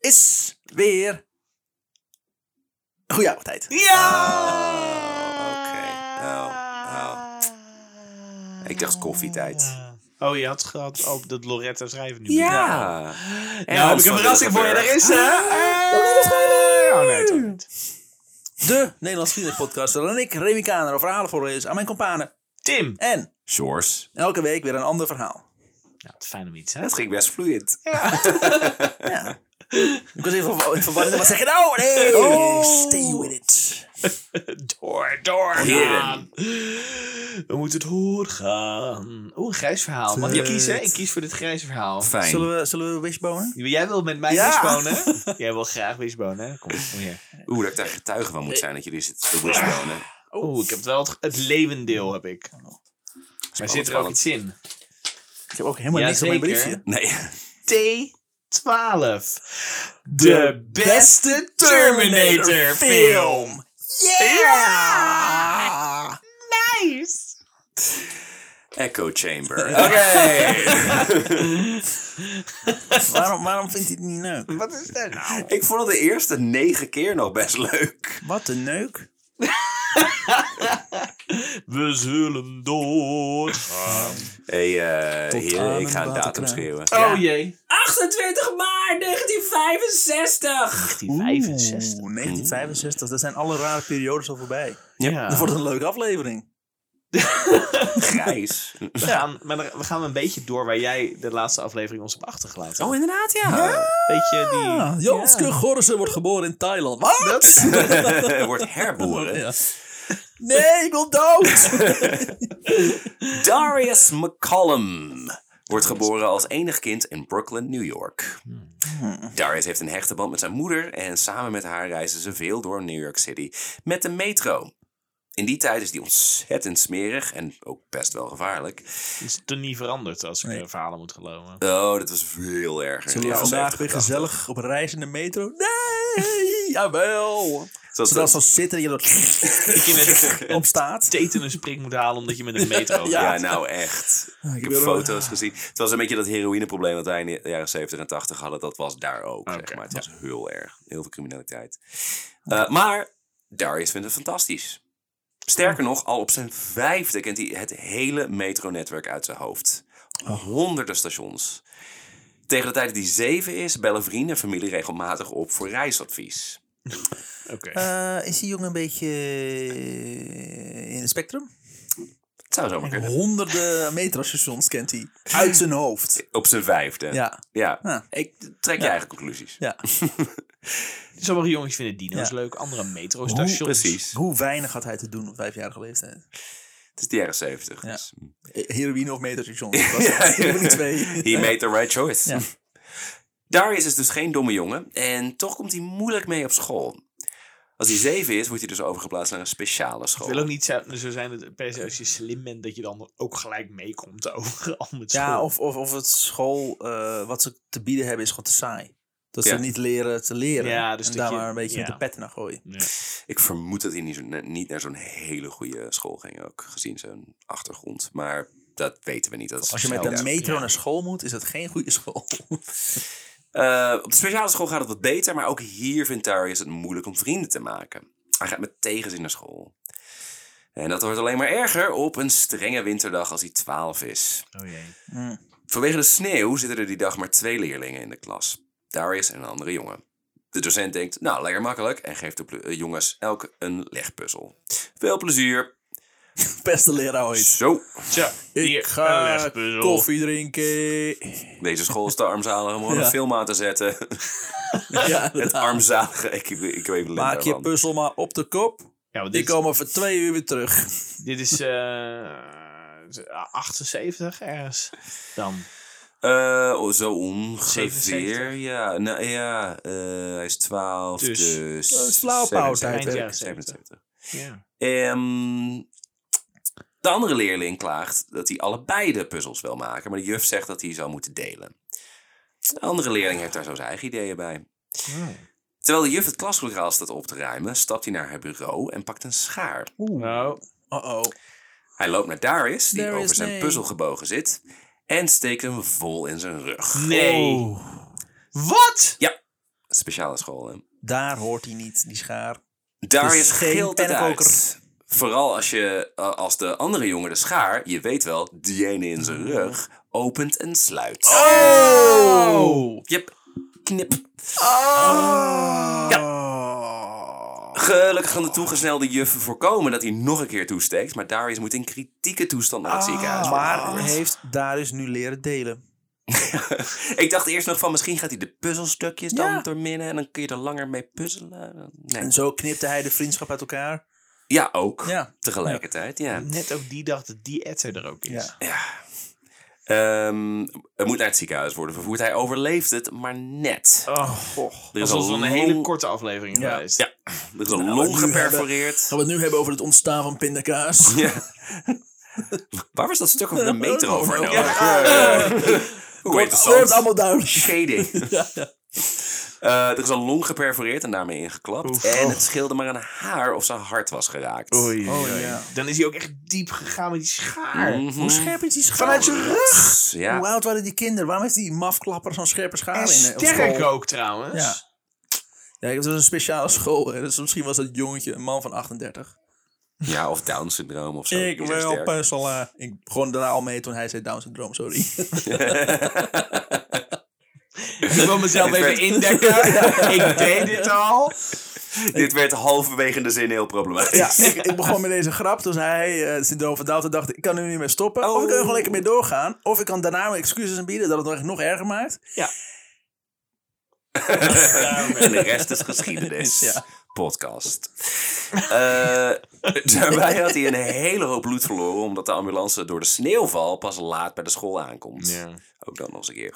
is weer een goede oude tijd. Ja! Oké. Nou, nou. Ik dacht koffietijd. Oh, je had gehad oh, dat Loretta schrijven nu. Ja. Nou, heb ik een verrassing voor je. Daar is ze. eh, Ah, Oh, nee, toch niet. De Nederlands Geschiedenis waarin ik, Remy Kaner, verhalen voorlees aan mijn kompanen. Tim. En Shores. elke week weer een ander verhaal. Nou, het fijn om iets, hè? Het ging best vloeiend. Ja. Ik was even ver- in verwarring. Wat zeg je nou? Nee, Oh. stay with it. Door, Oh, door. Heren. Gaan. We moeten het hoorgaan. Oeh, een grijs verhaal. Want ik Tut. kies, hè? Ik kies voor dit grijze verhaal. Fijn. Zullen we, zullen we wishbonen? Jij wil met mij Ja. wishbonen? Jij wil graag wishbonen, hè? Kom, kom hier. Oeh, dat ik daar getuige van moet zijn dat jullie zitten te wishbonen. Oeh, ik heb wel het, het levendeel, heb ik. Maar zit er ook spannend. iets in? Ik heb ook helemaal niks op mijn Jazeker. briefje. Nee. T12. De beste Terminator film. Yeah! Nice. Echo Chamber. Oh, Waarom, waarom vindt hij het niet leuk? Wat is dat nou? ik vond het de eerste negen keer nog best leuk. Wat een neuk. We zullen doorgaan. Hé, hey, Tot aan heren, ik het ga een datum waterkraan. schreeuwen. Oh jee. 28 maart 1965. 1965. Oeh, 1965. Dat zijn alle rare periodes al voorbij. Dat Ja. wordt een leuke aflevering. Grijs. We gaan, maar dan- we gaan een beetje door waar jij de laatste aflevering ons op achtergelaten. Oh, inderdaad, ja. beetje die... Ah, Joske Gorrissen wordt geboren in Thailand. Wat? Wordt herboren. Ja. Nee, ik wil dood! Darius McCollum wordt geboren als enig kind in Brooklyn, New York. Darius heeft een hechte band met zijn moeder en samen met haar reizen ze veel door New York City met de metro. In die tijd is die ontzettend smerig en ook best wel gevaarlijk. Is het er niet veranderd als ik Nee. de verhalen moet geloven? Oh, dat was veel erger. Zullen we Ja, vandaag weer 70 gezellig op reis in de metro? Nee! Jawel! Zoals Zodat dat- ze zitten en je er Dat je met op staat. teten een spring moet halen omdat je met een metro Ja. Ja, gaat. nou echt. Ah, ik Ik heb wil er wel- foto's gezien. Het was een beetje dat heroïneprobleem dat wij in de jaren 70 en 80 hadden. Dat was daar ook, zeg Oké. maar. Het was heel erg. Heel veel criminaliteit. Eh, maar Darius vindt het fantastisch. Sterker nog, al op zijn vijfde kent hij het hele metronetwerk uit zijn hoofd. Oh. Honderden stations. Tegen de tijd dat hij zeven is, bellen vrienden en familie regelmatig op voor reisadvies. Oké. Eh, is die jongen een beetje eh, in het spectrum? Het zou zomaar kunnen. Honderden metrostations kent hij. Uit zijn hoofd. Op zijn vijfde. Ja. ja. Ja. Ik trek je eigen conclusies. ja. Sommige jongens vinden dino's Ja. leuk, andere metrostations. Precies. Hoe weinig had hij te doen op vijfjarige leeftijd? Het is de jaren zeventig. Ja. dus- Eh, Heroïne of metrostations? Dat was het. Een van die twee. He made the right choice. Ja. Darius is dus geen domme jongen en toch komt hij moeilijk mee op school. Als hij zeven is, wordt hij dus overgeplaatst naar een speciale school. Het wil ook niet zo, zo zijn dat per se als je slim bent, dat je dan ook gelijk meekomt overal met school. Ja, of, of, of het school, eh, wat ze te bieden hebben, is gewoon te saai. Dat Ja. ze niet leren te leren. Ja, dus en dat daar je- maar een beetje met ja. de pet naar gooien. Ja. Ik vermoed dat hij niet, zo, niet naar zo'n hele goede school ging, ook gezien zijn achtergrond. Maar dat weten we niet. Dat is Als je met zelden. de metro Ja. naar school moet, is dat geen goede school. Eh, op de speciale school gaat het wat beter, maar ook hier vindt Darius het moeilijk om vrienden te maken. Hij gaat met tegenzin naar school. En dat wordt alleen maar erger op een strenge winterdag als hij 12 is. Oh jee. Vanwege de sneeuw zitten er die dag maar twee leerlingen in de klas. Darius en een andere jongen. De docent denkt, nou, lekker makkelijk en geeft de ple- eh, jongens elk een legpuzzel. Veel plezier. Beste leraar ooit. Zo, Zo, Ik hier, een ga legpuzzel. koffie drinken. deze school is te armzalig om gewoon Ja. een film aan te zetten. ja, Het inderdaad. armzalige equi- equivalent Maak je daarvan. puzzel maar op de kop. Ja, want Die dit, komen over twee uur weer terug. dit is eh 78 ergens dan. Eh, oh, zo ongeveer, 77. ja. Nou ja, eh, hij is 12, Dus- dus... Dat is flauwpauw tijd, hè? Eind 77. jaren 77. Ja. Ehm, de andere leerling klaagt dat hij allebei de puzzels wil maken, maar de juf zegt dat hij zou moeten delen. De andere leerling heeft daar zo zijn eigen ideeën bij. Oh. Terwijl de juf het klaslokaal staat op te ruimen, stapt hij naar haar bureau en pakt een schaar. Nou, Oh-oh. Hij loopt naar Darius, die Darius, over zijn nee. puzzel gebogen zit, en steekt hem vol in zijn rug. nee. Oh. Wat? Ja, Speciale scholen. Daar hoort hij niet, die schaar. Darius Dus geen gilt het pennenkoker. uit. Vooral als, je, eh, als de andere jongen, de schaar, je weet wel, die ene in zijn rug, opent en sluit. Oh! Yep. Knip. Oh. Ja. Gelukkig kan de toegesnelde juf voorkomen dat hij nog een keer toesteekt. Maar Darius moet in kritieke toestand naar het ziekenhuis worden Oh, Oh. Maar gebracht. heeft Darius nu leren delen? Ik dacht eerst nog van misschien gaat hij de puzzelstukjes Ja. dan doorminnen. En dan kun je er langer mee puzzelen. Nee. En zo knipte hij de vriendschap uit elkaar. Ja, ook. Ja. Tegelijkertijd, ja. Net ook die dag dat die Ed er ook is. Ja. ja. Ehm, het moet naar het ziekenhuis worden vervoerd. Hij overleeft het, maar net. Oh, Er dat is was al een lang- hele korte aflevering Ja. geweest. Ja, er is Nou, een long wat nu geperforeerd. Gaan we het nu hebben over het ontstaan van pindakaas? Ja. Waar was dat stuk over nou. de metro voor nodig? Ja. Hoe heet het Het wordt zand? allemaal duidelijk. shading. Eh, er is een long geperforeerd en daarmee ingeklapt. en het scheelde maar een haar of zijn hart was geraakt. Oei, Oh, oei. ja. Dan is hij ook echt diep gegaan met die schaar. Mhm. Hoe scherp is die schaar? Vanuit zijn rug. Ja. Hoe oud waren die kinderen? Waarom heeft die mafklapper zo'n scherpe schaar En in? eh, op sterk school? ook trouwens. Ja. Ja, het was een speciale school. hè. Dus misschien was dat jongetje een man van 38. ja, of Down syndroom of zo. Die zijn sterk. puzzelen. Ik begon daar al mee toen hij zei Down syndroom, sorry. Ik wil mezelf Ik even indekken. Ik deed dit al. Dit werd halverwege de zin heel problematisch. ja, ik, ik begon met deze grap. Toen zei hij eh, het syndroom van Down. Toen dacht ik, ik kan nu niet meer stoppen. Of ik kan er gewoon lekker mee doorgaan. Of ik kan daarna mijn excuses aanbieden dat het nog- nog erger maakt. en de rest is geschiedenis. Ja. Podcast. Eh, daarbij had hij een hele hoop bloed verloren... omdat de ambulance door de sneeuwval pas laat bij de school aankomt. Ook dan nog eens een keer.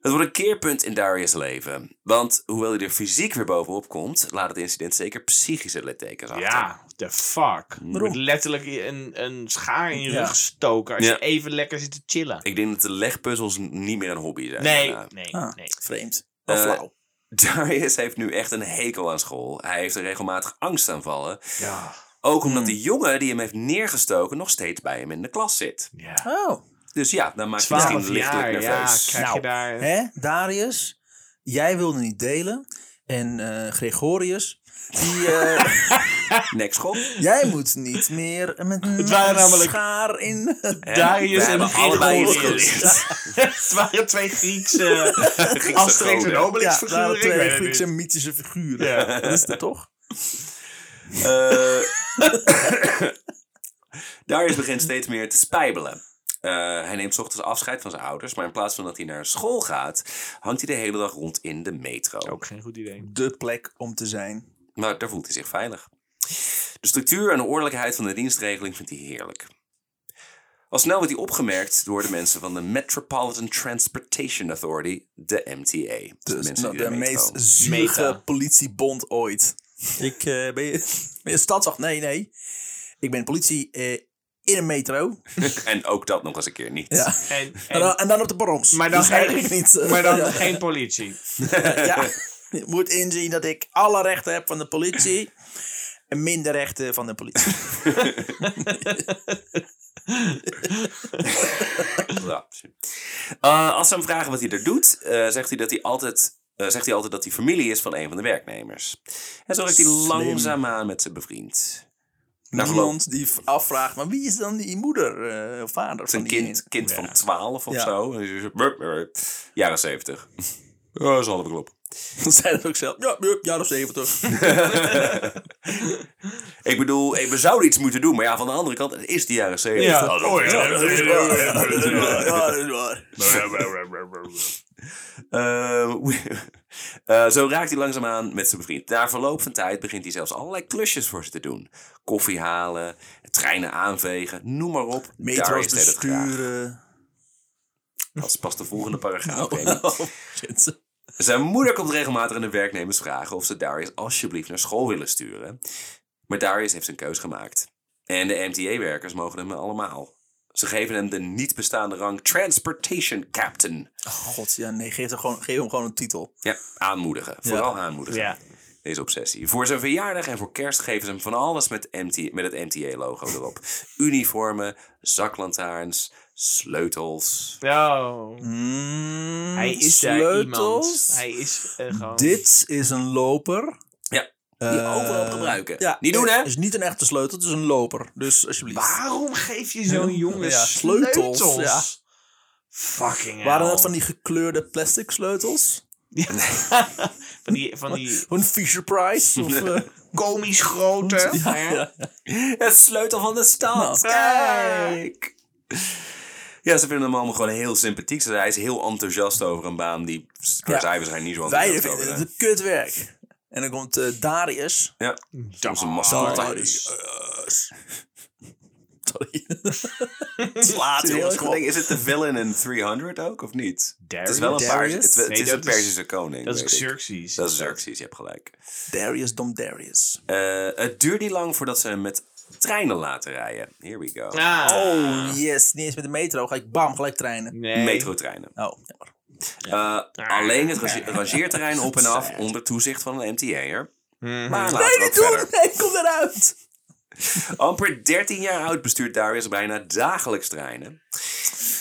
Het wordt een keerpunt in Darius' leven. Want hoewel hij er fysiek weer bovenop komt... laat het incident zeker psychische littekens achter. Ja, the fuck. Mm. Je wordt letterlijk een, een schaar in je Ja. rug gestoken als Ja. je even lekker zit te chillen. Ik denk dat de legpuzzels n- niet meer een hobby zijn. Nee, daarna. nee, Ah. nee. Vreemd. Wel Eh, flauw. Darius heeft nu echt een hekel aan school. Hij heeft er regelmatig angstaanvallen. Ja. Ook omdat Hmm. die jongen die hem heeft neergestoken nog steeds bij hem in de klas zit. ja. Oh. Dus ja, dan maakt hij 12 misschien lichtelijk jaar, ja, nerveus. krijg je daar... Nou, Hè, Darius, jij wilde niet delen. En eh, Gregorius, die, eh, Next school. jij moet niet meer met een waren namelijk- schaar in. Darius We en hebben allebei iets Gregorius. geleerd. Het waren twee Griekse Griekse Asterix en goden. Obelix Ja, figuren. waren ik weet twee het Griekse niet. mythische figuren. Ja. Dat is het toch? Eh, Darius begint steeds meer te spijbelen. Eh, hij neemt 's ochtends afscheid van zijn ouders, maar in plaats van dat hij naar school gaat, hangt hij de hele dag rond in de metro. Ook geen goed idee. De plek om te zijn. Maar daar voelt hij zich veilig. De structuur en de ordelijkheid van de dienstregeling vindt hij heerlijk. Al snel wordt hij opgemerkt door de mensen van de Metropolitan Transportation Authority, de MTA. Dus Dus mensen nou, die de meest metro- zurige Meta. politiebond ooit. Ik eh, ben, je, ben je stadswacht? Nee, nee. Ik ben politie eh, in een metro. En ook dat nog eens een keer niet. Ja. En, En, en, dan, en dan op de baroms. Maar dan dus geen- eigenlijk niet. eh, maar dan ja. geen politie. ja, je moet inzien dat ik alle rechten heb van de politie. En minder rechten van de politie. Ja, precies. Eh, als ze hem vragen wat hij er doet, eh, zegt, hij dat hij altijd, eh, zegt hij altijd dat hij familie is van een van de werknemers. En zo raakt hij Slim. langzaamaan met zijn bevriend. Nou, Niemand die v- afvraagt, maar wie is dan die moeder eh, of vader Zijn van die kind, kind van 12 of Ja. zo. En hij zo, "Burp, burp." Jaren 70. Ja, dat zal wel kloppen. Dan zei dat ook zelf. Ja, ja, jaar of 70. Ik bedoel, eh, we zouden iets moeten doen, maar ja, van de andere kant, het is de jaren 70. Ja. Dat is- Oh, ja. Ja, dat is waar. Ja, dat is waar. Ja, dat is waar. Eh, we- eh, zo raakt hij langzaamaan met zijn vriend. Na verloop van tijd begint hij zelfs allerlei klusjes voor ze te doen. Koffie halen, treinen aanvegen, noem maar op. Daar Metro's is hij het graag. besturen. Dat is pas de volgende paragraaf. Oh, denk ik. oh, shit. Zijn moeder komt regelmatig aan de werknemers vragen of ze Darius alsjeblieft naar school willen sturen. Maar Darius heeft zijn keus gemaakt. En de MTA-werkers mogen hem allemaal. Ze geven hem de niet bestaande rang Transportation Captain. Oh, God, ja, nee, geef, er gewoon, geef hem gewoon een titel. Ja, aanmoedigen. Vooral aanmoedigen. Ja. Deze obsessie. Voor zijn verjaardag en voor kerst geven ze hem van alles met, MT, met het MTA-logo erop. Uniformen, zaklantaarns, sleutels. Mm, Nou, Hij is daar iemand. sleutels. Hij is eh, gewoon... Dit is een loper. Ja, die Eh, overal gebruiken. Ja, Niet doen, hè? Het is niet een echte sleutel, het is een loper. Dus alsjeblieft. Waarom geef je zo'n jongen Ja, sleutels, sleutels? ja. Fucking hell. Waren dat van die gekleurde plastic sleutels? van die, van die Een Fisher Price? Of, eh, komisch grote... ja, ja. Het sleutel van de stad. Kijk! Ja, ze vinden hem allemaal gewoon heel sympathiek. Ze- Hij is heel enthousiast over een baan die waar Ja. zij waarschijnlijk niet zo Wij enthousiast over vinden het zijn. een kutwerk. En dan komt eh, Darius. Ja, onze Darius. mascotte. Sorry. Laat, Serieus? jongens. gewoon denken, Is het de villain in 300 ook, of niet? Het is wel een Paars, het, het Nee, is dat een is- Perzische koning. Dat is weet ik. Xerxes. Dat is Xerxes, je hebt gelijk. Darius Dom Darius. Eh, het duurt niet lang voordat ze hem met treinen laten rijden. Here we go. Ah. Oh yes, niet eens met de metro. Ga ik bam, gelijk treinen. Nee. Metrotreinen. Oh, jammer. Eh, alleen het range- rangeerterrein op en af onder toezicht van een MTA'er. Mhm. Maar laten we Nee, niet ook doen! verder. Nee, kom eruit! Amper 13 jaar oud bestuurt Darius bijna dagelijks treinen.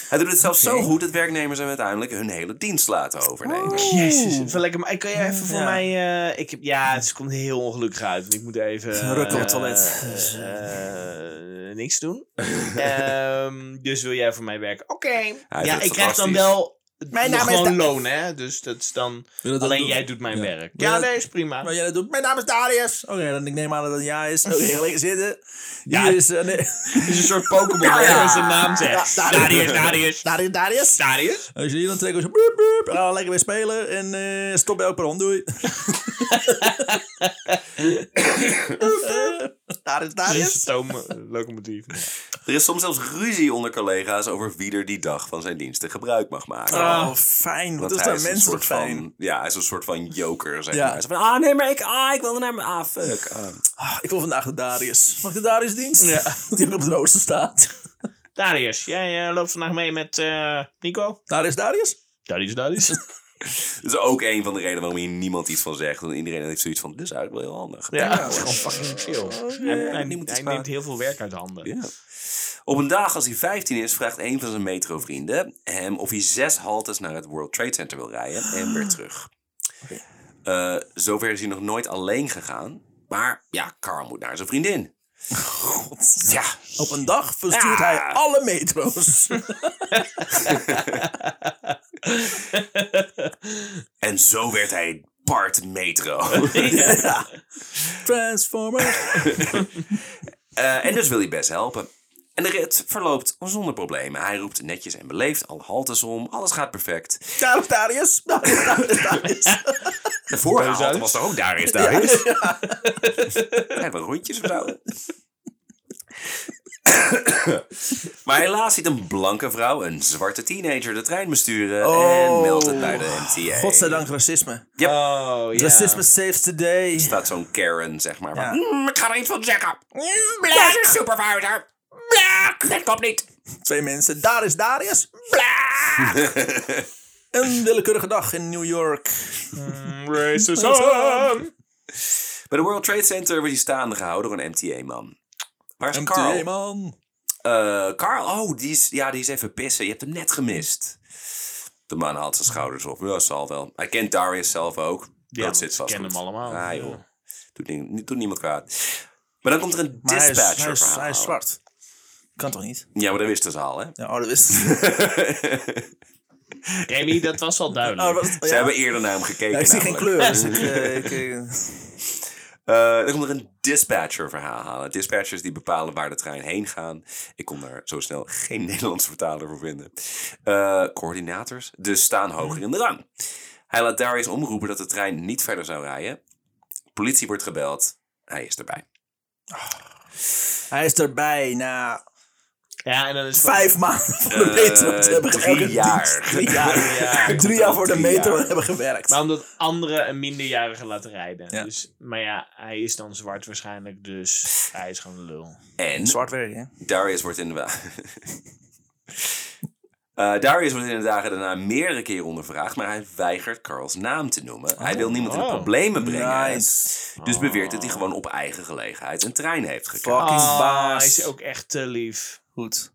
Hij doet het zelfs zo goed dat werknemers hem uiteindelijk hun hele dienst laten overnemen. Jezus, even lekker. Maar kan je even voor Mm, Ja. mij. eh, ik heb, ja, het komt heel ongelukkig uit. want Ik moet even. eh, Rukken op het toilet. eh, eh, niks doen. Ehm, dus wil jij voor mij werken? Oké. vindt Ja, het ik krijg dan fantastisch. wel. Mijn Mijn naam naam is gewoon Da- loon, hè? Dus dat is dan. Wil je dat alleen doen? jij doet mijn Ja. werk. Wil je Ja, dat- nee, is prima. Wat jij dat doet. Mijn naam is Darius. Oké, dan ik neem aan dat het een ja is. Oké, gelijk zitten. Ja. Hier is... eh, nee. Het is een soort Pokémon waar Ja. je zijn naam zegt. Ja, Darius, Darius. Darius, Darius. Darius? Als je hier dan trekken, zo boep, boep. Gaan we lekker weer spelen en eh, stop bij elk perron, doei. Eh, daar is, daar Dat is eh, is. stoomlocomotief. Er is soms zelfs ruzie onder collega's over wie er die dag van zijn diensten gebruik mag maken. Ah, Oh, fijn. Wat is hij dat een menselijk soort fijn. Van, ja, hij is een soort van joker, zeg Ja. maar. Hij is van, ah nee, maar ik, ah, ik wilde naar mijn, ah fuck. ah. Ah, ik wil vandaag de Darius. Mag ik de Darius dienst? Ja. Die op het rooster staat. Darius, jij eh, loopt vandaag mee met eh, Nico? Darius, Darius? Darius, Darius. Dat is ook een van de redenen waarom hier niemand iets van zegt. Want iedereen heeft zoiets van, dit is eigenlijk wel heel handig. Ja, het is gewoon fucking chill. Oh, hij hij- niemand is hij kwaad. neemt heel veel werk uit handen. Ja. Op een dag als hij 15 is, vraagt een van zijn metrovrienden hem of hij zes haltes naar het World Trade Center wil rijden en weer terug. Eh, zover is hij nog nooit alleen gegaan. Maar ja, Carl moet naar zijn vriendin. Ja, Op een dag verstuurt Ja. hij alle metro's. en zo werd hij Bart Metro. Transformers. Eh, en dus wil hij best helpen. En de rit verloopt zonder problemen. Hij roept netjes en beleefd, alle haltes om, alles gaat perfect. Daar is Darius. Darius, Darius, Darius. De vorige Huis halte uit. was er ook daar is, daar is. Ja, wel rondjes of zo. maar helaas ziet een blanke vrouw een zwarte teenager de trein besturen en Oh. meldt het bij de MTA. Godzijdank racisme. Oh, ja. Racisme saves today. staat zo'n Karen, zeg maar. Ja. Van, "Mm, ik ga er iets van zeggen. Black supervisor. Black. Dat klopt niet. Twee mensen. Daar is Darius. Black. Een willekeurige dag in New York. Mm, Racism. bij de World Trade Center wordt hij staande gehouden door een MTA-man. Waar is Carl? MTA, man. Eh, Carl, oh, die is, ja, die is even pissen. Je hebt hem net gemist. De man haalt zijn schouders op. Ja, zal wel. Hij kent Darius zelf ook. Ja, dat want zit ze vast kennen goed. hem allemaal. Ja. Ah, joh. Doet, ni- doet niemand kwaad. Maar dan komt er een Maar hij is, dispatcher hij, is, verhaal. hij is zwart. Kan toch niet? Ja, maar dat wisten ze al, hè? Ja, oh, dat wist ik. Remy, dat was al Oh, dat duidelijk. was- Ze ja. hebben eerder naar hem gekeken. Ja, ik zie geen namelijk. kleur. Dus ik, eh, ik, eh, Eh, dan komt er een dispatcher verhaal halen. Dispatchers die bepalen waar de trein heen gaan. Ik kon daar zo snel geen Nederlandse vertaler voor vinden. Eh, coördinators dus staan hoger in de rang. Hij laat Darius omroepen dat de trein niet verder zou rijden. Politie wordt gebeld. Hij is erbij. hij is erbij na Ja, en dan is vijf maanden voor de metro te Eh, hebben drie gewerkt. jaar. Drie jaar. Ja. Drie jaar voor de Drie metro jaar. hebben gewerkt. Maar omdat anderen een minderjarige laten rijden. Ja. Dus, maar ja, hij is dan zwart waarschijnlijk, dus hij is gewoon een lul. En Zwart werk, hè? Darius wordt in de... Eh, Darius wordt in de dagen daarna meerdere keren ondervraagd, maar hij weigert Carl's naam te noemen. hij wil niemand in de Oh. problemen brengen. Nice. Dus beweert dat hij gewoon op eigen gelegenheid een trein heeft gekregen. Fucking Ah, baas. Hij is ook echt te lief. Goed.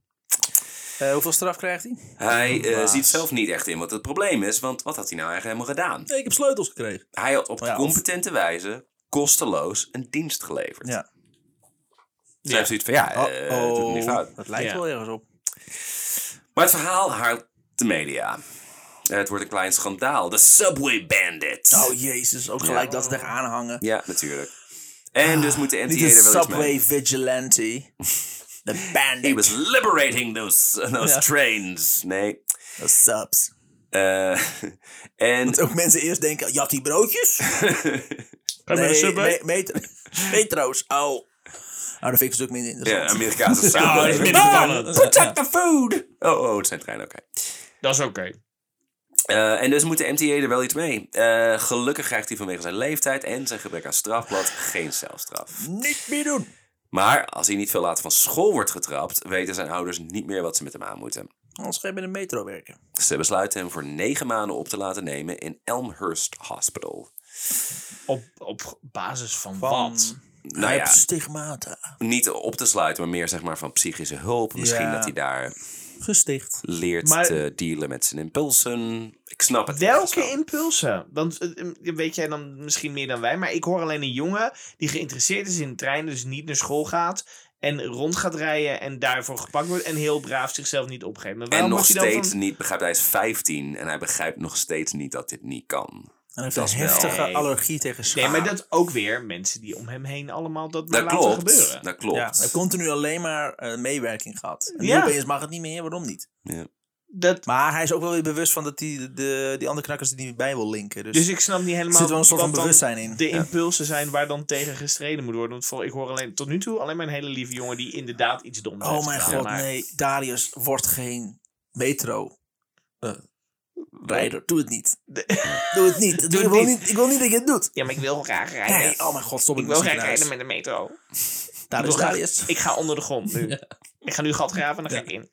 Eh, hoeveel straf krijgt hij? Hij eh, Baas. ziet zelf niet echt in wat het probleem is, want wat had hij nou eigenlijk helemaal gedaan? Nee, ik heb sleutels gekregen. Hij had op Ja, of- competente wijze kosteloos een dienst geleverd. Ja. Dus hij heeft zoiets van, ja, eh, dat doet me niet fout. dat lijkt Ja. wel ergens op. Maar het verhaal haalt de media. Eh, Het wordt een klein schandaal. De Subway Bandit. Oh jezus, ook gelijk dat ze tegen aanhangen. Ja, natuurlijk. En dus moet de NTA Niet er een wel iets subway mee. vigilante. De He bandit. was liberating those, those Ja. trains. Nee. De subs. Eh, en Dat ook mensen eerst denken, jat die broodjes? Ga je met de Nee, subway? me- met- metro's. Oh. Nou, dat vind ik een stuk minder ja, interessant. Amerikaanse Oh, dat Subway. is minder spannend. Protect the food! Oh, oh het zijn treinen, oké. Dat is oké. Eh, en dus moet de MTA er wel iets mee. Eh, gelukkig krijgt hij vanwege zijn leeftijd en zijn gebrek aan strafblad geen celstraf. Niet meer doen. Maar als hij niet veel later van school wordt getrapt, weten zijn ouders niet meer wat ze met hem aan moeten. Anders ga je bij de metro werken. Ze besluiten hem voor negen maanden op te laten nemen in Elmhurst Hospital. Op, op basis van, Van- wat? Nou Hij ja, heeft stigmata. niet op te sluiten, maar meer zeg maar van psychische hulp. Misschien Ja. dat hij daar Gesticht. leert Maar- te dealen met zijn impulsen. Ik snap het. ergens Welke wel. impulsen? Want eh, eh, weet jij dan misschien meer dan wij, maar ik hoor alleen een jongen die geïnteresseerd is in de trein, dus niet naar school gaat en rond gaat rijden en daarvoor gepakt wordt en heel braaf zichzelf niet opgeeft. Maar En waarom nog wordt hij dan steeds van- niet begrijpt. Hij is 15 en hij begrijpt nog steeds niet dat dit niet kan. En hij heeft Dat een is wel- heftige Nee. allergie tegen schaar. Nee, maar dat ook weer mensen die om hem heen allemaal dat, maar Dat laten klopt. gebeuren. Dat Ja, hij klopt. heeft continu alleen maar eh, meewerking gehad. En Ja. nu opeens mag het niet meer, waarom niet? Dat, Maar hij is ook wel weer bewust van dat die, de, die andere knakkers er niet bij wil linken. Dus, dus ik snap niet er helemaal zit wel een soort van wat dan bewustzijn in. de impulsen zijn waar dan tegen gestreden moet worden. Want voor, ik hoor alleen tot nu toe alleen maar een hele lieve jongen die inderdaad iets doms heeft Oh mijn gedaan. god, Maar- nee. Darius wordt geen metro. eh, rijder, doe het niet. Doe het niet. Doe ik, wil het niet. niet. ik wil niet dat je het doet. Ja, maar ik wil graag rijden. Nee, oh mijn god, stop ik wil graag rijden met de metro. Nou, Ik, dus Darius, wil graag- Darius. ik ga onder de grond nu. Ik ga nu gat graven en dan ga ik in.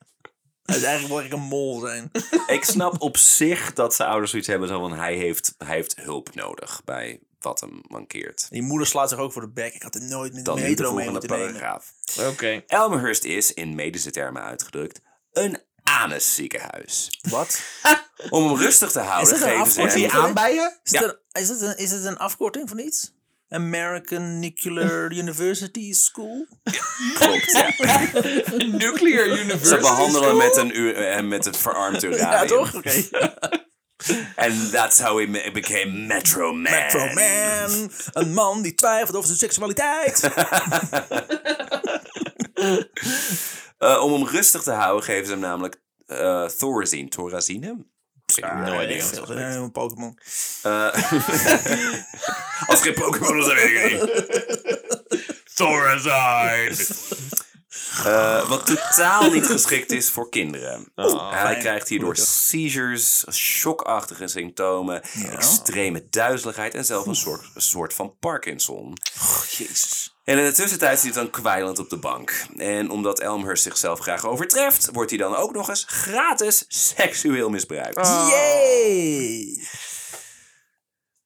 Hij is eigenlijk wil ik een mol zijn. Ik snap op zich dat zijn ouders zoiets hebben. Zo van, hij heeft, hij heeft hulp nodig bij wat hem mankeert. Die moeder slaat zich ook voor de bek. Ik had er nooit met de Dan nu de metro mee volgende moeten nemen. paragraaf. Oké. Elmhurst is, in medische termen uitgedrukt, een anusziekenhuis. Wat? Om hem rustig te houden Is dat een geven ze afkorting? hem... Wordt hij aanbijen? Is, het een, is, het een, is het een afkorting van iets? American Nuclear University School? Klopt, ja. Nuclear Universe. Ze behandelen hem met een, u- eh, met een verarmd uranium. Ja, toch? Oké. And that's how he ma- became Metro Man. Metro Man. Een man die twijfelt over zijn seksualiteit. Eh, om hem rustig te houden geven ze hem namelijk eh thorazine. Thorazine? Ik heb no idea. Veel te doen met Pokémon. Eh, als geen Pokémon is, dan weet ik het niet. Thorazine. Eh, wat totaal niet geschikt is voor kinderen. Hij fijn. krijgt hierdoor seizures, shockachtige symptomen, extreme duizeligheid en zelfs een soort, een soort van Parkinson. Jezus. En in de tussentijd zit hij dan kwijlend op de bank. En omdat Elmhurst zichzelf graag overtreft, wordt hij dan ook nog eens gratis seksueel misbruikt. Ah. Yay!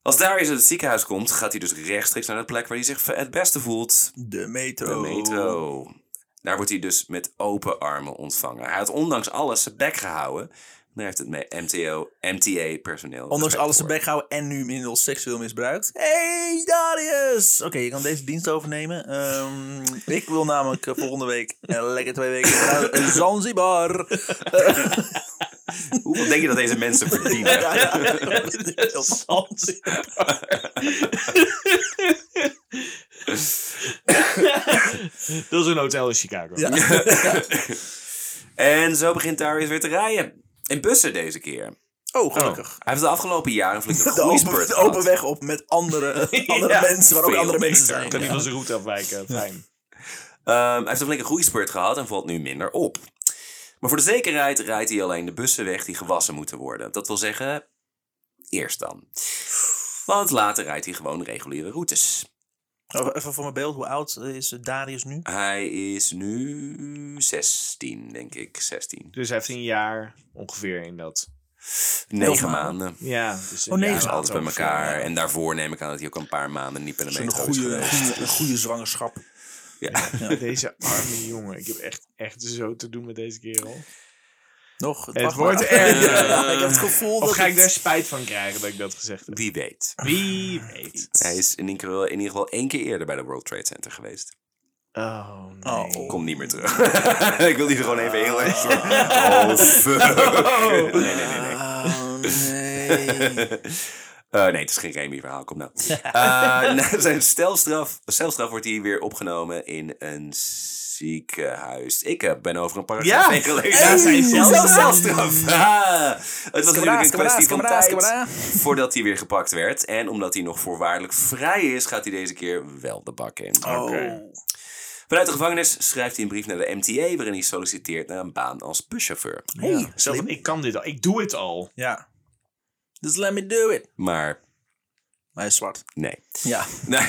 Als Darius uit het ziekenhuis komt, gaat hij dus rechtstreeks naar de plek waar hij zich het beste voelt. De metro. De metro. Daar wordt hij dus met open armen ontvangen. Hij had ondanks alles zijn bek gehouden. Daar heeft het mee MTO, MTA-personeel. Ondanks alles zijn bek respect houden en nu inmiddels seksueel misbruikt. Hey Darius! Oké, je kan deze dienst overnemen. Ehm, ik wil namelijk eh, volgende week eh, lekker twee weken naar Zanzibar. voor. Hoeveel denk je dat deze mensen verdienen? Ja, ja, ja. Dat is een hotel in Chicago. Ja. En zo begint Darius weer te rijden. In bussen deze keer. Oh, gelukkig. Hij heeft de afgelopen jaren een flinke De open, groeispurt de gehad. open weg op met andere, andere Ja, mensen, waar ook veel andere mensen beter. zijn. Kan niet van zijn route afwijken. Fijn. Ehm, hij heeft een flinke groeispurt gehad en valt nu minder op. Maar voor de zekerheid rijdt hij alleen de bussen weg die gewassen moeten worden. Dat wil zeggen, eerst dan. Want later rijdt hij gewoon reguliere routes. Oh, Even voor mijn beeld, hoe oud is eh, Darius nu? Hij is nu 16, denk ik. 16. Dus hij heeft een jaar ongeveer in dat. 9 maanden. maanden. Ja, dus een Oh, negen jaar Dus Ja, altijd bij ongeveer, elkaar. ja. En daarvoor neem ik aan dat hij ook een paar maanden niet bij de Zo'n metro is goede, geweest. goede, een goede zwangerschap. Ja. Deze arme jongen. Ik heb echt, echt zo te doen met deze kerel. Nog, Het wacht wordt maar. erg. Ja, ik heb het gevoel Of dat ga ik het- daar spijt van krijgen dat ik dat gezegd heb? Wie weet. Wie weet. Hij is in ieder, geval, in ieder geval één keer eerder bij de World Trade Center geweest. Oh, nee. Oh. Kom niet meer terug. ik wil die er gewoon even heel even. Oh, Oh. fuck. Nee, nee, nee. nee. Oh, nee. Eh, nee, het is geen Remy-verhaal, kom nou. Eh, na zijn stelstraf, stelstraf wordt hij weer opgenomen in een ziekenhuis. Ik eh, ben over een paragraaf Ja. heen gelezen. Ja, zijn stelstraf. stelstraf. Ah, het was natuurlijk een Kameraad, kwestie kameraad, van kameraad, tijd kameraad. voordat hij weer gepakt werd. En omdat hij nog voorwaardelijk vrij is, gaat hij deze keer wel de bak in. Oh. Vanuit de gevangenis schrijft hij een brief naar de MTA waarin hij solliciteert naar een baan als buschauffeur. Hey, Ja. Zo van, ik kan dit al. Ik doe het al. Ja. Just let me do it. Maar Hij is zwart. nee. Ja. nee.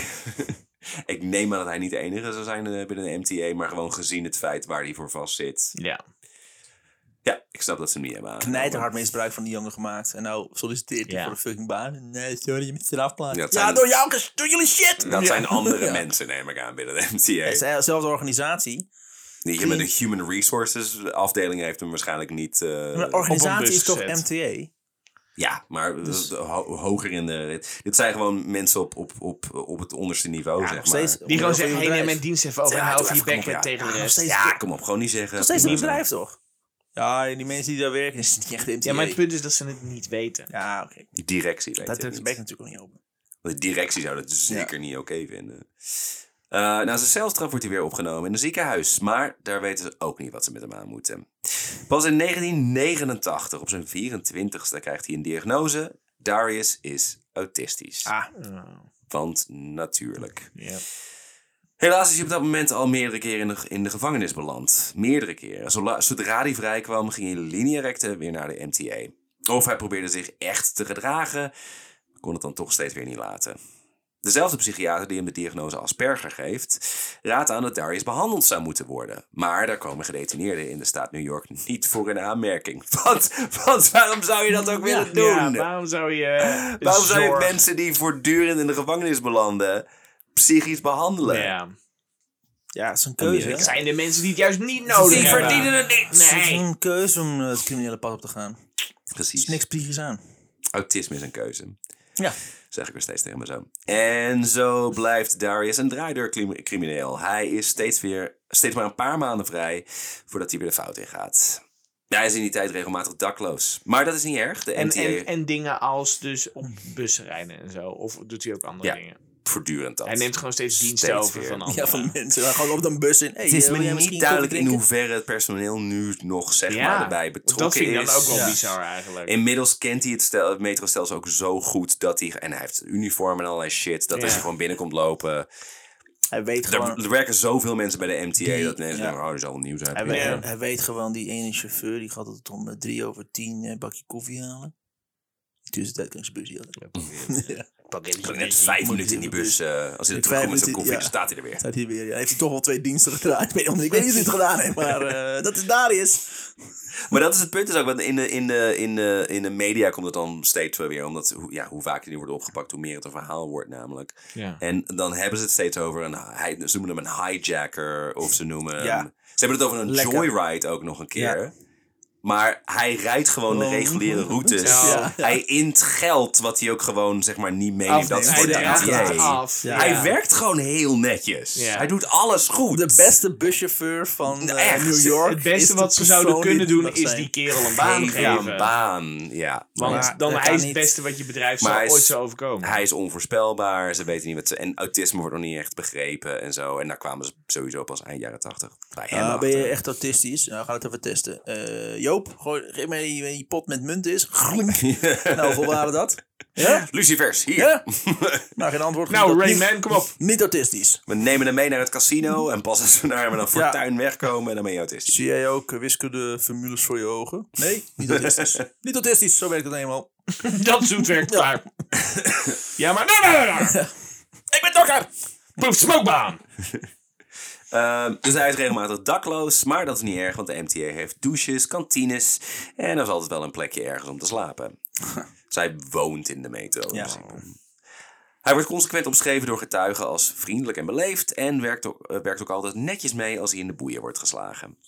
Ik neem aan dat hij niet de enige zou zijn eh, binnen de MTA, maar gewoon gezien het feit waar hij voor vast zit. Ja. Ja, ik snap dat ze hem niet hebben aangenomen. Knijterhard misbruik van die jongen gemaakt. En nou solliciteert hij Ja. voor een fucking baan. Nee, sorry, je moet je eraf plaatsen. Dat ja, zijn- door jou, ges- door jullie shit! Dat Ja. zijn andere Ja. mensen, neem ik aan, binnen de Het is MTA. dezelfde organisatie. Die hier met de Human Resources afdeling heeft hem waarschijnlijk niet... eh, Maar de op een organisatie bus is toch gezet. MTA? Oh, Ja, maar Dus- ho- hoger in de... Dit zijn gewoon mensen op, op, op, op het onderste niveau, zeg maar. nog steeds. Die gewoon Onderdeel zeggen, van hey, je neem mijn bedrijf. dienst even over Ja, en hou doe je even, kom op, bekken ja. tegen de Ja, nog rest. steeds- Ja, kom op, gewoon niet zeggen. Nog steeds een Niemand. bedrijf, toch? Ja, die mensen die daar werken, is niet echt MTA. Ja, maar het punt is dat ze het niet weten. Ja, oké. Die directie weet Dat het is niet. bek natuurlijk ook niet open. Want De directie zou dat dus zeker niet oké vinden. Eh, na zijn celstraf wordt hij weer opgenomen in een ziekenhuis. Maar daar weten ze ook niet wat ze met hem aan moeten. Pas in 1989, op zijn 24ste, krijgt hij een diagnose. Darius is autistisch. Ah, Oh, Want natuurlijk. ja. Helaas is hij op dat moment al meerdere keren in de, in de gevangenis beland. Meerdere keren. Zola- zodra hij vrij kwam, ging hij linea recte weer naar de MTA. Of hij probeerde zich echt te gedragen, kon het dan toch steeds weer niet laten. Dezelfde psychiater die hem de diagnose Asperger geeft, raadt aan dat Darius behandeld zou moeten worden. Maar daar komen gedetineerden in de staat New York niet voor in aanmerking. Want, want waarom zou je dat ook willen doen? Ja, waarom zou je... eh, waarom zou je zorg- mensen die voortdurend in de gevangenis belanden psychisch behandelen? Ja. ja, het is een keuze. Amerika. hè? Zijn de mensen die het juist niet nodig Die hebben? verdienen het niet. Het is Nee. een keuze om eh, het criminele pad op te gaan. Er Precies. is niks psychisch aan. Autisme is een keuze. Ja. Zeg ik weer steeds tegen mijn zoon. En zo blijft Darius een draaideurcrimineel. Hij is steeds, weer, steeds maar een paar maanden vrij voordat hij weer de fout ingaat. Hij is in die tijd regelmatig dakloos. Maar dat is niet erg. De En, MTA en, en dingen als dus op bussen rijden en zo. Of doet hij ook andere Ja. dingen? voortdurend dat. Hij neemt gewoon steeds diensten Steeds over weer. van anderen. Ja, van mensen. waar Gewoon op een bus in. Hey, het is eh, wil me jij niet misschien duidelijk koffie in drinken? hoeverre het personeel nu nog zeg maar erbij betrokken Dat vind ik dan is. ook wel Ja. bizar eigenlijk. Inmiddels kent hij het, stel, het metrostelsel ook zo goed dat hij. En hij heeft een uniform en allerlei shit. Dat Ja. als je gewoon binnenkomt lopen. Hij weet Er, gewoon... er werken zoveel mensen bij de MTA Die- dat mensen ja. denken: oh, dat zal wel nieuw zijn. Hij Prima. weet, Ja. hij weet gewoon, die ene chauffeur, die gaat altijd om eh, drie over tien een bakje koffie halen. Tussen de tijd kan ik zijn bus niet halen. Ja. Ik zat net vijf minuten in die bus. eh, als hij Ik er terugkomt met vijf zijn koffie, minuten, dan staat hij er weer. Staat hier weer. Ja, hij heeft hij toch wel twee diensten gedraaid. Ik weet niet of hij het gedaan heeft, maar eh, dat is Darius. Maar dat is het punt dus ook. Want in de, in de, in de, in de media komt het dan steeds wel weer. Omdat hoe- ja, hoe vaak hij nu wordt opgepakt, hoe meer het een verhaal wordt namelijk. Ja. En dan hebben ze het steeds over een... hij- Ze noemen hem een hijacker of ze noemen... hem- Ja. Ze hebben het over een Lekker. joyride ook nog een keer. Maar hij rijdt gewoon de Oh. reguliere routes. Ja. Hij int geld wat hij ook gewoon zeg maar niet meeneemt. Dat is Afnemen. voor Hij de draagt MTA. het af. Ja. Hij werkt gewoon heel netjes. Ja. Hij doet alles goed. De beste buschauffeur van eh, Echt. New York. Nou, Het beste is de wat ze zouden persoon die kunnen het mag doen is zijn. die kerel een baan Geef hem een geven. baan. Ja. Maar Want dan dat hij kan is het niet. beste wat je bedrijf Maar zou hij is- ooit zou overkomen. Hij is onvoorspelbaar. Ze weten niet wat ze. En autisme wordt nog niet echt begrepen en zo. En daar kwamen ze sowieso pas eind jaren tachtig bij hem. Ah, ben achter. je echt autistisch? Nou, we gaan het even testen. Eh, Joop, gooi, geef mij die, die pot met munt is. Groen. nou, hoeveel waren dat? Ja? Lucifers, hier. Ja? Nou, geen antwoord. Nou, Niet- Rayman, kom op. niet- Niet autistisch. We nemen hem mee naar het casino. En pas als we naar hem een fortuin wegkomen, dan ben je autistisch. Zie jij ook eh, wiskundeformules voor je ogen? Nee, niet autistisch. niet autistisch, zo werkt het eenmaal. Dat zoet werkt klaar. Ja, maar nee, nee, nee, nee. Ik ben dokker. Poef smokebaan! Ehm, dus hij is regelmatig dakloos, maar dat is niet erg, want de MTA heeft douches, kantines en er is altijd wel een plekje ergens om te slapen. Zij woont in de metro. in Ja. principe. Hij wordt consequent omschreven door getuigen als vriendelijk en beleefd en werkt ook, eh, werkt ook altijd netjes mee als hij in de boeien wordt geslagen.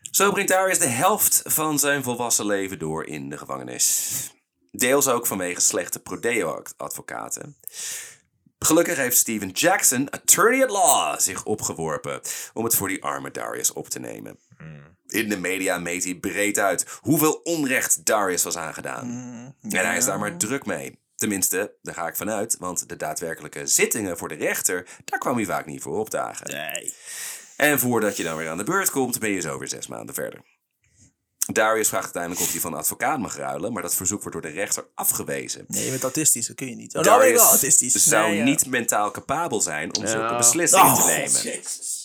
Zo brengt Darius de helft van zijn volwassen leven door in de gevangenis. Deels ook vanwege slechte Prodeo-advocaten. Gelukkig heeft Steven Jackson, attorney at law, zich opgeworpen om het voor die arme Darius op te nemen. In de media meet hij breed uit hoeveel onrecht Darius was aangedaan. En hij is daar maar druk mee. Tenminste, daar ga ik vanuit, want de daadwerkelijke zittingen voor de rechter, daar kwam hij vaak niet voor opdagen. Nee. En voordat je dan weer aan de beurt komt, ben je zo weer zes maanden verder. Darius vraagt uiteindelijk of hij van een advocaat mag ruilen, maar dat verzoek wordt door de rechter afgewezen. Nee, je bent autistisch, dat kun je niet. Oh, dan ben ik Darius wel autistisch. zou Nee, ja. niet mentaal capabel zijn om Ja. zulke beslissingen Oh, te God, nemen. Jezus.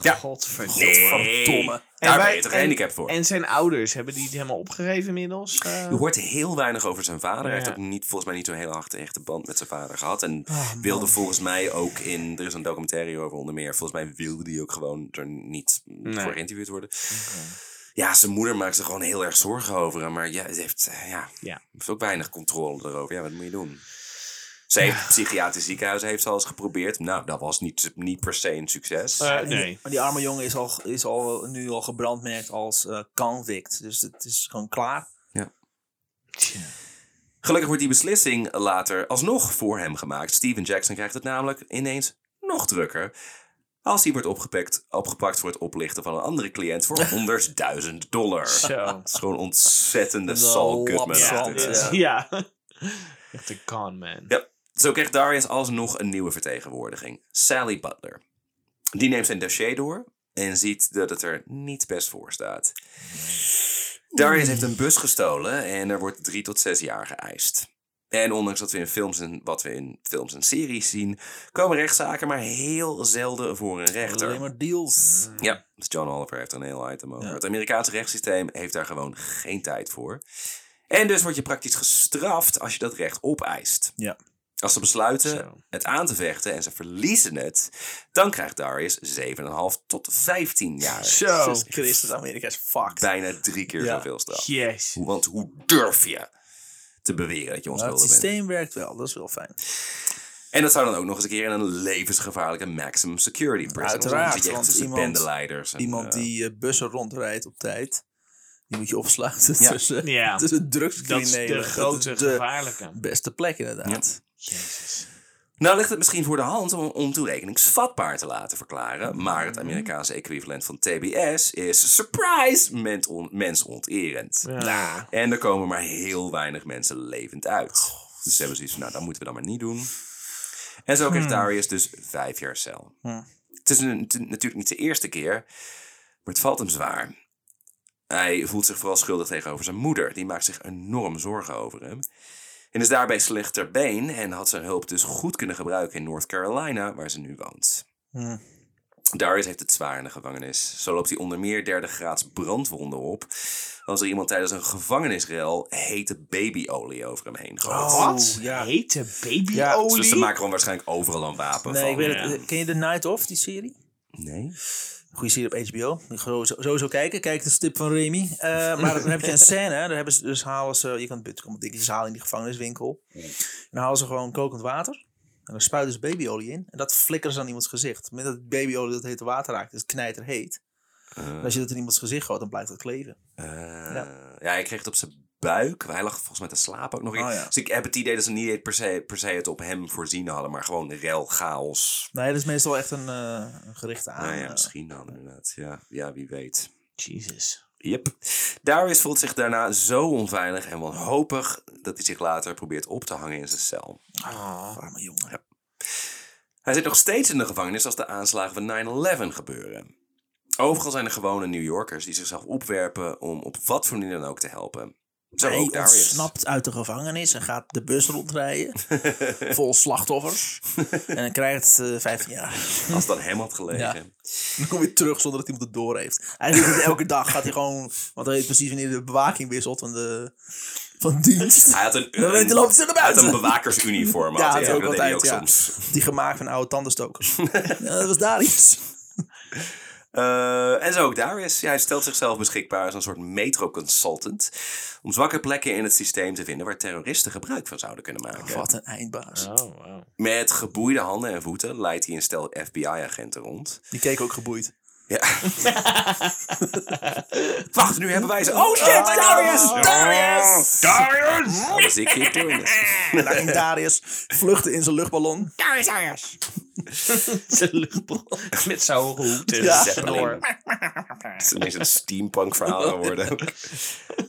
Ja. Godverdomme. Godverdomme. Daar En wij- ben je toch en- gehandicapt voor? En zijn ouders, hebben die het helemaal opgegeven inmiddels? Eh, Je hoort heel weinig over zijn vader. Hij heeft Ja. Ah, ook niet, volgens mij niet zo'n hele hechte- hechte band met zijn vader gehad. En wilde volgens mij ook in... Er is een documentaire over onder meer. Volgens mij wilde hij ook gewoon er niet voor geïnterviewd worden. Ja, zijn moeder maakt zich gewoon heel erg zorgen over hem. Maar ja, het heeft, eh, ja, Ja. heeft ook weinig controle erover. Ja, wat moet je doen? Ze heeft psychiatrisch ziekenhuis heeft ze al eens geprobeerd. Nou, dat was niet, niet per se een succes. eh, En die- nee. Maar die arme jongen is, al, is al, nu al gebrandmerkt als eh, convict. Dus het is gewoon klaar. Gelukkig wordt die beslissing later alsnog voor hem gemaakt. Steven Jackson krijgt het namelijk ineens nog drukker. Als hij wordt opgepakt, opgepakt voor het oplichten van een andere cliënt voor 100.000 dollar. Zo. Dat is gewoon ontzettende Een Saul Goodman. lapzand, achter dit. ja. Ja. Echt een con man. Ja. Zo kreeg Darius alsnog een nieuwe vertegenwoordiging. Sally Butler. Die neemt zijn dossier door en ziet dat het er niet best voor staat. Darius heeft een bus gestolen en er wordt drie tot zes jaar geëist. En ondanks dat we in films en wat we in films en series zien, komen rechtszaken maar heel zelden voor een rechter. Alleen maar deals. Ja, dus John Oliver heeft er een heel item over. Ja. Het Amerikaanse rechtssysteem heeft daar gewoon geen tijd voor. En dus word je praktisch gestraft als je dat recht opeist. Ja. Als ze besluiten Zo. het aan te vechten en ze verliezen het, dan krijgt Darius 7,5 tot 15 jaar. Zo. Jezus Christus, Amerika is fucked. Bijna drie keer Ja. zoveel straf. Yes. Hoe- Want hoe durf je te beweren dat je Maar Nou, het onschuldig bent? systeem werkt wel, dat is wel fijn. En dat zou dan ook nog eens een keer in een levensgevaarlijke maximum security prison. Uiteraard, Dan zit je echt want tussen iemand- bendeleiders. en, Iemand eh, die eh, bussen rondrijdt op tijd, die moet je opsluiten Ja. tussen, Ja. tussen Dat is drugscriminelen. de grote de gevaarlijke. beste plek inderdaad. Jezus. Nou ligt het misschien voor de hand om ontoerekeningsvatbaar te laten verklaren, maar het Amerikaanse equivalent van TBS is surprise menton- mensonterend. Ja. En er komen maar heel weinig mensen levend uit. Dus ze hebben zoiets van, nou, dat moeten we dan maar niet doen. En zo krijgt Darius dus vijf jaar cel. Hmm. Het is een- t- natuurlijk niet de eerste keer, maar het valt hem zwaar. Hij voelt zich vooral schuldig tegenover zijn moeder. Die maakt zich enorm zorgen over hem. En is daarbij slecht ter been en had zijn hulp dus goed kunnen gebruiken in North Carolina, waar ze nu woont. Hmm. Darius heeft het zwaar in de gevangenis. Zo loopt hij onder meer derde graads brandwonden op. Als er iemand tijdens een gevangenisrel hete babyolie over hem heen gooit. Oh, Wat? ja. Hete Ja, babyolie? Dus ze maken gewoon waarschijnlijk overal een wapen Nee, van. ik weet ja. het. eh, Ken je The Night Of, die serie? Nee? Goede serie op HBO. Ik ga sowieso, sowieso kijken. Kijk de tip van Remy. Eh, maar dan heb je een scène. Daar hebben ze, dus halen ze, je kan het bitterkomen dingetjes halen in die gevangeniswinkel. En dan halen ze gewoon kokend water. En dan spuiten ze babyolie in. En dat flikkeren ze aan iemands gezicht. Met dat babyolie dat hete water raakt, is het knijterheet. Eh. En als je dat in iemands gezicht gooit, dan blijft dat kleven. Eh, ja, hij kreeg het op zijn buik. Hij lag volgens mij te slapen ook nog. Oh, ja. Dus ik heb het idee dat ze niet per se, per se het op hem voorzien hadden, maar gewoon rel, chaos. Nee, dat is meestal echt een, eh, een gerichte aan. nou ja, eh, misschien dan inderdaad. Ja, ja wie weet. Jezus. Yep. Darius voelt zich daarna zo onveilig en wanhopig dat hij zich later probeert op te hangen in zijn cel. Oh. arme jongen. Hij zit nog steeds in de gevangenis als de aanslagen van 9-11 gebeuren. Overal zijn er gewone New Yorkers die zichzelf opwerpen om op wat voor manier dan ook te helpen. Zo Hij ook Darius. ontsnapt uit de gevangenis en gaat de bus rondrijden. vol slachtoffers. en dan krijgt eh 15 jaar. Als dat hem had gelegen. Dan kom je terug zonder dat iemand het door heeft. Hij doet het elke dag. Gaat hij gewoon, want hij weet precies wanneer de bewaking wisselt. Want de van dienst. Hij had een, Dan weet je, loopt ze naar hij had buiten. een bewakersuniform. Ja, had hij. dat dat, ook deed hij altijd, ook ja. soms. Die gemaakt van oude tandenstokers. Ja, dat was Darius. Eh, en zo ook Darius. Ja, hij stelt zichzelf beschikbaar als een soort metro-consultant. Om zwakke plekken in het systeem te vinden waar terroristen gebruik van zouden kunnen maken. Wat een eindbaas. Oh, wow. Met geboeide handen en voeten leidt hij een stel FBI-agenten rond. Die keek ook geboeid. Ja. Wacht, nu hebben wij ze. Oh shit, Ah. Darius! Darius! Darius! Alles ik hier doing this. En daar ging Darius vluchten in zijn luchtballon. Zijn luchtbol. Met zijn hoge hoed en Ja. snor. Het is ineens een steampunk verhaal geworden.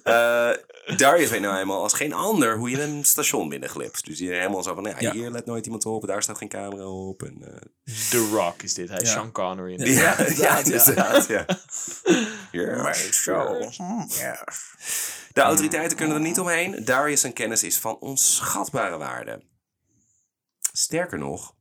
Eh, Darius weet nou eenmaal als geen ander hoe je een station binnenglipt. Dus die is helemaal zo van, nou ja, Ja. hier let nooit iemand op, daar staat geen camera op. En, eh, The Rock is dit. Hij is Sean Connery. in dit. ja, ja, inderdaad, ja. inderdaad, ja. Ja, show. De autoriteiten kunnen er niet omheen. Darius' zijn kennis is van onschatbare waarde. Sterker nog,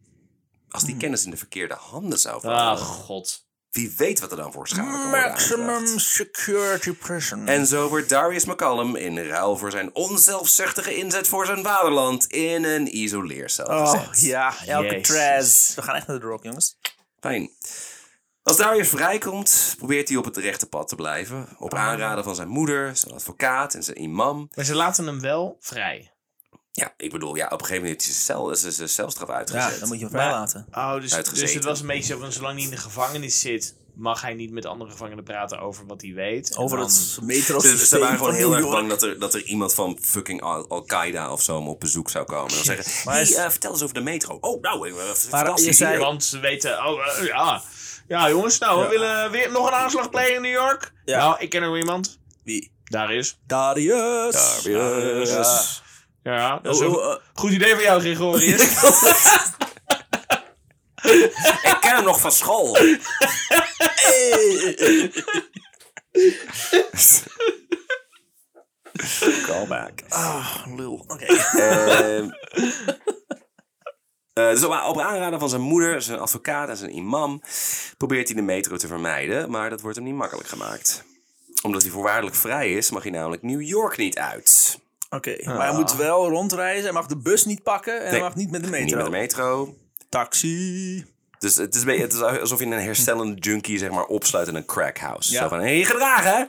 als Hmm. die kennis in de verkeerde handen Ah, zou vallen, god. wie weet wat er dan voor schade kan worden aangebracht. Maximum security prison. En zo wordt Darius McCallum in ruil voor zijn onzelfzuchtige inzet voor zijn vaderland in een isoleercel Oh gezet. ja, Alcatraz. We gaan echt naar de rock, jongens. Fijn. Als Darius vrijkomt, probeert hij op het rechte pad te blijven. Ah. Op aanraden van zijn moeder, zijn advocaat en zijn imam. Maar ze laten hem wel vrij. Ja, ik bedoel, ja, op een gegeven moment heeft hij zijn, cel, zijn- zijn celstraf uitgezet. Ja, dan moet je hem Maar- vrijlaten. Oh, dus, Uitgezeten. dus het was een beetje zo van, zolang hij in de gevangenis zit, mag hij niet met andere gevangenen praten over wat hij weet. En Over dan- het metro Ze, ze waren gewoon heel erg bang dat er, dat er iemand van fucking Al- Al-Qaeda of zo op bezoek zou komen. En dan zeggen, Maar hey, is- eh, vertel eens over de metro. Oh, nou, eh, fantastisch. je zei- hier. Want ze weten, oh eh, ja. Ja, jongens, nou, we willen weer nog een aanslag plegen in New York. Ja. Nou, ik ken nog iemand. Wie? Daar is. Darius. Darius. Ja. Ja, dat is Oh, een oh, oh. goed idee van jou, Gregorius. Ik ken hem nog van school. Hey. Callback. Ah, lul. Oké. Ehm, eh, dus op, op aanraden van zijn moeder, zijn advocaat en zijn imam probeert hij de metro te vermijden, maar dat wordt hem niet makkelijk gemaakt. Omdat hij voorwaardelijk vrij is, mag hij namelijk New York niet uit. Oké, maar hij moet wel rondreizen. Hij mag de bus niet pakken en hij Nee. mag niet met de Niet metro. met de metro. Taxi. Dus het is, een beetje- het is alsof je een herstellende junkie zeg maar, opsluit in een crackhouse. Ja. Zo van, hé, hey, gedrag hè?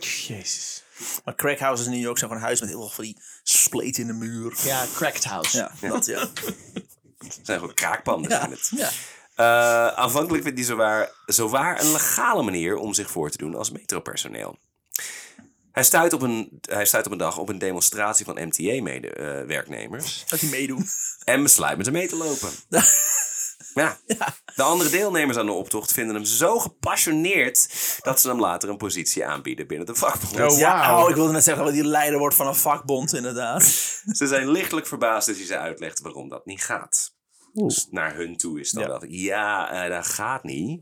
Jezus. Maar crackhouses in New York zijn gewoon een huis met heel veel van die spleten in de muur. Ja, cracked house. Ja, dat ja. Het zijn gewoon kraakpanden. Ja, zijn het. ja. Eh, aanvankelijk vindt hij zowaar, zowaar een legale manier om zich voor te doen als metropersoneel. Hij stuit op een, hij stuit op een dag op een demonstratie van MTA-werknemers Dat die meedoen. eh, en besluit met hem mee te lopen. Ja. De andere deelnemers aan de optocht vinden hem zo gepassioneerd dat ze hem later een positie aanbieden binnen de vakbond. Oh, Ja, wauw. oh, ik wilde net zeggen dat hij leider wordt van een vakbond, inderdaad. Ze zijn lichtelijk verbaasd als hij ze uitlegt waarom dat niet gaat. Dus naar hun toe is dan Ja. dat. Ja, eh, dat gaat niet.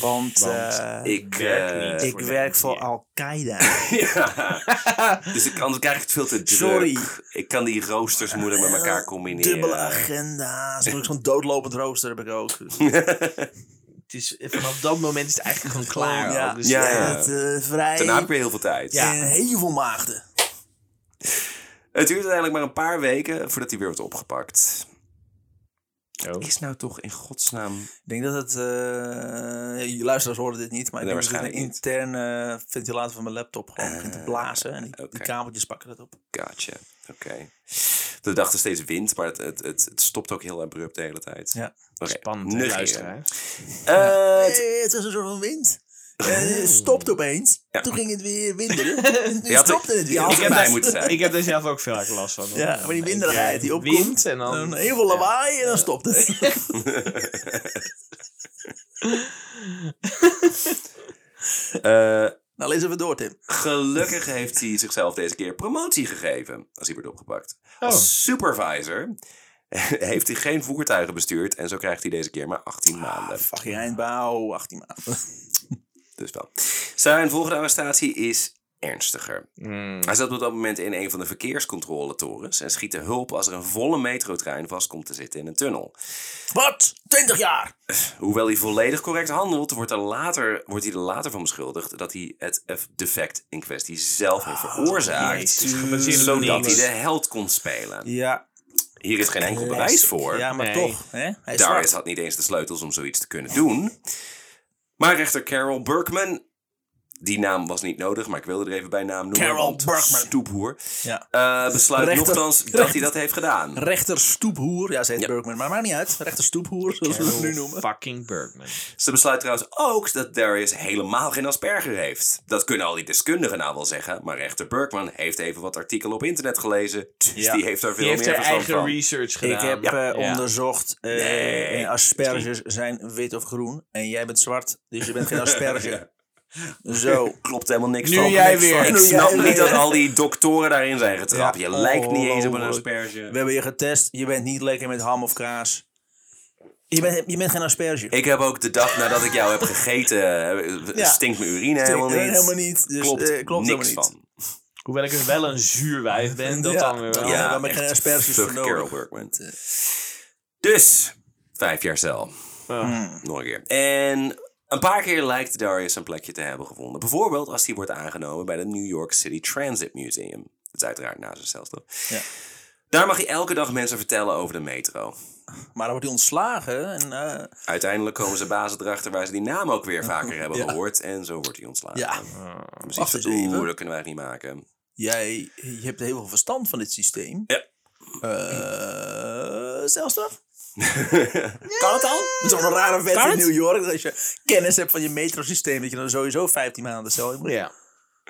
Want, eh, ik, Ik, werk eh, niet. voor de werk voor NTA. Al-Qaeda. Ja. Dus ik, anders krijg ik het veel te druk. Sorry. Ik kan die roosters moeilijk met elkaar combineren. Dubbele agenda. Zo'n zo'n doodlopend rooster heb ik ook. Dus- Het is, vanaf dat moment is het eigenlijk gewoon klaar. ja, ook. Dus Ja, ja, ja. het, eh, vrij. Daarna heb ik weer heel veel tijd. en heel veel maagden. Het duurt uiteindelijk maar een paar weken voordat hij weer wordt opgepakt. Oh. Is nou toch in godsnaam... Ik denk dat het... eh, je luisteraars horen dit niet, maar ik Nee, denk dat het een waarschijnlijk niet. interne ventilator van mijn laptop gewoon begint te blazen. En die, die oké. kabeltjes pakken dat op. Gotcha. Oké. De dag er steeds wind, maar het, het, het, het stopt ook heel abrupt de hele tijd. Ja. Oké, Spannend, nuggen. hè, luisteraar. Eh, het- Eh, het was een soort van wind. Eh, het stopt opeens. Toen ging het weer winderen. Nu had- stopte het je weer. had- Ik heb, Bij daar, moeten zijn. ik heb daar zelf ook veel erg last van. Ja, maar die winderigheid die opkomt. Wind en dan... Dan heel veel lawaai en dan stopt het. eh, nou, lees even door, Tim. Gelukkig heeft hij zichzelf deze keer promotie gegeven als hij wordt opgepakt. Oh. Als supervisor heeft hij geen voertuigen bestuurd en zo krijgt hij deze keer maar 18 Ah. maanden. Fucking eindbouw, 18 maanden. Dus wel. Zijn volgende arrestatie is ernstiger. Hij zat op dat moment in een van de verkeerscontroletorens en schiet de hulp als er een volle metrotrein vast komt te zitten in een tunnel. Wat? 20 jaar! Hoewel hij volledig correct handelt, wordt, er later, wordt hij er later van beschuldigd dat hij het F- defect in kwestie zelf heeft Ah, veroorzaakt. jezus, gebaseerd op zodat hij niks. de held kon spelen. Ja. Hier is geen enkel bewijs voor. Eh, Ja, maar Nee. toch. Hè? Hij is zwart. Darius had niet eens de sleutels om zoiets te kunnen doen. Maar rechter Carol Burkman, die naam was niet nodig, maar ik wilde er even bij naam noemen. Carol want Burkman. Stoephoer. Ja. Eh, besluit Rechter- nochtans dat hij dat heeft gedaan. Rechter Stoephoer. Ja, ze heet Ja. Bergman, maar maakt niet uit. Rechter Stoephoer, zoals we het nu noemen. Fucking Bergman. Ze besluit trouwens ook dat Darius helemaal geen Asperger heeft. Dat kunnen al die deskundigen nou wel zeggen, maar rechter Burkman heeft even wat artikelen op internet gelezen. Dus Ja. die heeft daar veel Die heeft meer haar verstand eigen van. research gedaan. Ik heb eh, Ja. onderzocht. eh, Nee. en asperges zijn wit of groen. En jij bent zwart, dus je bent geen asperge. Zo. Klopt helemaal niks Nu van. jij Niks weer. van. Ik Nu snap jij niet weer. dat al die doktoren daarin zijn getrapt. Ja. Je lijkt niet eens op een Oh. asperge. We hebben je getest. Je bent niet lekker met ham of kaas. Je bent, je bent geen asperge. Ik heb ook de dag nadat ik jou heb gegeten, eh, Ja. stinkt mijn urine helemaal niet. Eh, helemaal niet. Dus, klopt eh, klopt niks helemaal niet. van. Hoewel ik er wel een zuur wijf ben, dat Ja. dan weer wel. Ja. Ja. hebben we echt. geen asperges Fucking voor nodig. Carol Workman. Dus, vijf jaar cel. Nog een keer. En een paar keer lijkt Darius een plekje te hebben gevonden. Bijvoorbeeld als hij wordt aangenomen bij het New York City Transit Museum. Dat is uiteraard na zijn celstraf. Ja. Daar mag hij elke dag mensen vertellen over de metro. Maar dan wordt hij ontslagen. En, eh, Uiteindelijk komen ze bazen erachter waar ze die naam ook weer vaker hebben Ja. gehoord. En zo wordt hij ontslagen. ja, Precies. wacht eens Oeh, even. dat kunnen wij niet maken. Jij je hebt heel veel verstand van dit systeem. Ja. Eh, zelfs toch? Kan het al? Dat is toch een rare wet Kan in het? New York. Dat als je kennis hebt van je metrosysteem, dat je dan sowieso 15 maanden de cel in moet. Ja.